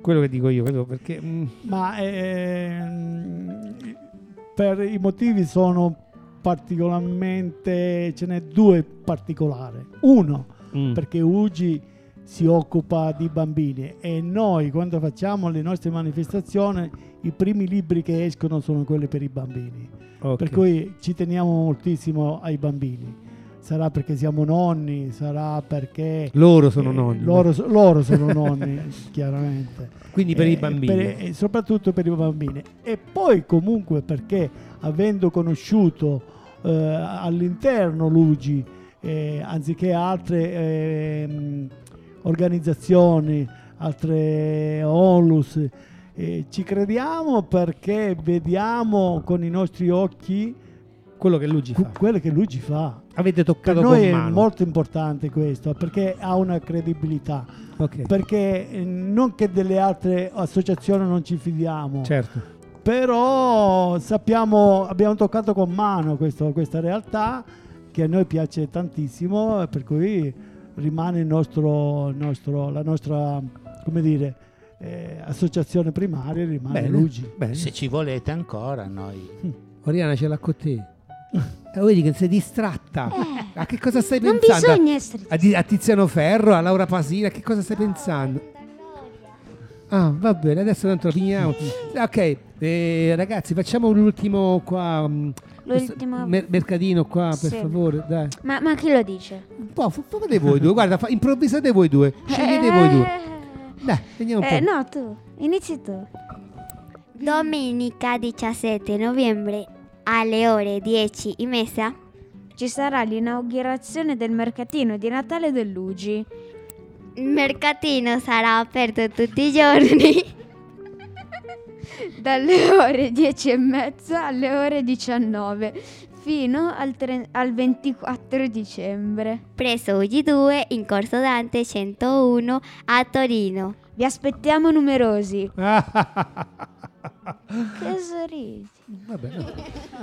S3: quello che dico io, quello perché mm, mh,
S6: Ma eh, ehm, per i motivi sono particolarmente, ce n'è due particolari. Uno,
S3: Mm.
S6: perché Ugi si occupa di bambini e noi quando facciamo le nostre manifestazioni i primi libri che escono sono quelli per i bambini.
S3: Ok.
S6: Per cui ci teniamo moltissimo ai bambini. Sarà perché siamo nonni, sarà perché...
S3: Loro sono
S6: eh,
S3: nonni.
S6: Loro, so- loro sono nonni, chiaramente.
S3: Quindi per i
S6: Eh,
S3: bambini.
S6: per- eh, soprattutto per i bambini. E poi comunque perché avendo conosciuto eh, all'interno Luigi, eh, anziché altre ehm, organizzazioni, altre onlus, eh, ci crediamo perché vediamo con i nostri occhi
S3: quello che Luigi
S6: fa. Quello che Luigi fa.
S3: avete
S6: Per
S3: toccato
S6: noi
S3: con
S6: è
S3: mano.
S6: molto importante questo perché ha una credibilità.
S3: Ok.
S6: Perché eh, non che delle altre associazioni non ci fidiamo,
S3: Certo.
S6: però sappiamo, abbiamo toccato con mano questo- questa realtà che a noi piace tantissimo e per cui rimane il nostro, il nostro- la nostra come dire, eh, associazione primaria, rimane Luigi.
S7: Se ci volete ancora, noi
S3: Oriana ce l'ha con te. Eh, Vedi che sei distratta. A che cosa stai
S2: Eh. non
S3: pensando?
S2: bisogna essere
S3: a, di- a Tiziano Ferro, a Laura Pasina, a che cosa stai pensando? Ah, va bene, adesso tanto la finiamo. Ok, eh, ragazzi, facciamo l'ultimo qua. mh, questo
S2: L'ultimo-
S3: mer- mercatino qua, per
S2: Sì.
S3: favore, dai.
S2: Ma, ma chi lo dice?
S3: Un po', fu- fate voi due, guarda, fa- improvvisate voi due, scegliete voi due. Dai, vediamo un po'.
S2: Eh, no, tu, inizi tu.
S5: Domenica 17 novembre alle ore 10 in messa
S2: ci sarà l'inaugurazione del mercatino di Natale dell'Ugi.
S5: Il mercatino sarà aperto tutti i giorni.
S2: dalle ore 10 e mezza alle ore 19 fino al, tre- al 24 dicembre.
S5: Presso UG2 in corso Dante 101 a Torino.
S2: Vi aspettiamo numerosi.
S5: Che
S2: sorridi?
S3: Vabbè, no.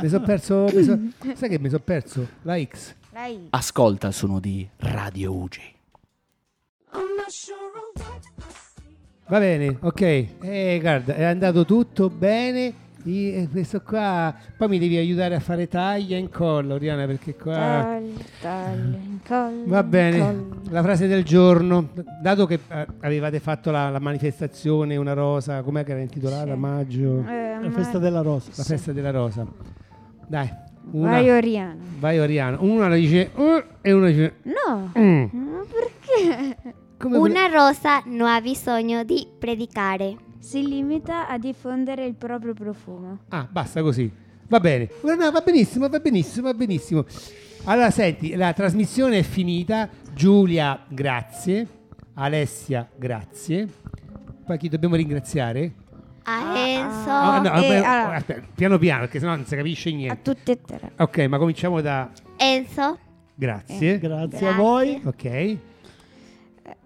S3: Mi sono perso, mi so- sai che mi sono perso? La X.
S8: Ascolta il suono di Radio Ugi.
S3: Va bene, ok. Eh, guarda, è andato tutto bene. I- eh, questo qua. Poi mi devi aiutare a fare taglia e incollo, Riana, perché qua.
S2: Tagli, tagli, incolli,
S3: Va
S2: incolli.
S3: bene, la frase del giorno, dato che eh, avevate fatto la, la manifestazione Una Rosa, com'è che era intitolata?
S2: Sì.
S3: Maggio?
S2: Eh, La festa ma- della rosa.
S3: La
S2: Sì.
S3: festa della rosa. Dai, una.
S2: Vai Oriana.
S3: Vai Oriana. Una la dice "Uh", e una dice...
S2: No,
S3: "Mm".
S2: ma perché?
S5: Una rosa non ha bisogno di predicare.
S2: Si limita a diffondere il proprio profumo.
S3: Ah, basta così. Va bene. No, no, va benissimo, va benissimo, va benissimo. Allora, senti, la trasmissione è finita. Giulia, grazie. Alessia, grazie. Poi chi dobbiamo ringraziare?
S5: A Enzo.
S3: Ah, no,
S5: e-
S3: vabbè, aspetta, piano piano, perché sennò non si capisce niente.
S2: Tutte e tre.
S3: Ok, ma cominciamo da
S5: Enzo.
S3: grazie.
S5: Eh, grazie a voi.
S3: Ok.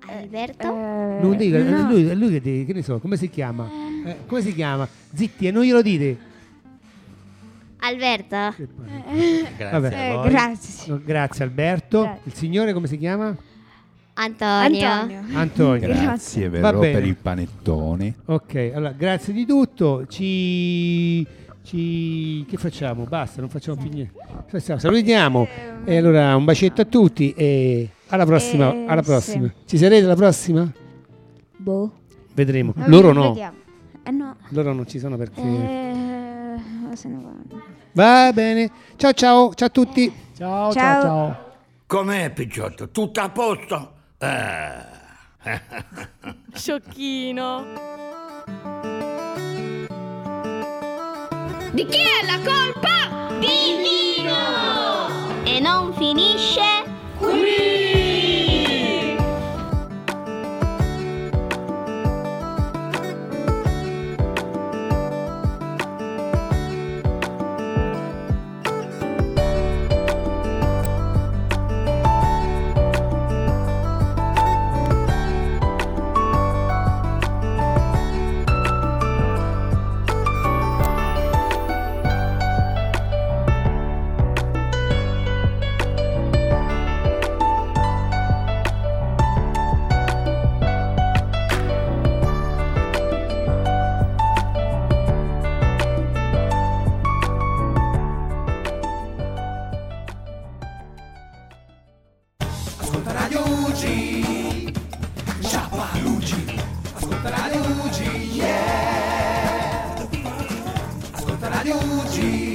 S5: Alberto.
S2: Eh,
S3: Non dica, è
S5: no.
S3: lui, è lui che, deve- che ne so, come si chiama? Eh, come si chiama? Zitti, e non glielo dite.
S5: Alberto.
S3: Vabbè. No, grazie Alberto.
S5: Grazie.
S3: Il signore come si chiama?
S5: Antonio.
S3: Antonio.
S10: Grazie,
S3: Va
S10: verrò
S3: bene.
S10: per il panettone.
S3: Ok, allora grazie di tutto. Ci, ci- che facciamo? Basta, non facciamo più niente. Facciamo- Salutiamo. E allora un bacetto a tutti e alla prossima.
S2: Eh,
S3: alla
S2: sì.
S3: prossima. Ci sarete alla prossima?
S2: Boh.
S3: Vedremo. Loro no.
S2: Vediamo. Eh no.
S3: Loro non ci sono perché.
S2: Eh, se ne vanno.
S3: Va bene. Ciao ciao, ciao a tutti.
S6: Ciao,
S2: Ciao.
S15: Com'è, Picciotto? Tutto a posto? Eh.
S9: Sciocchino.
S16: Di chi è la colpa? Di Nino! E non finisce qui!
S1: Ascolta Radio UG, Giappa UG, ascolta Radio UG, yeah! Ascolta Radio UG,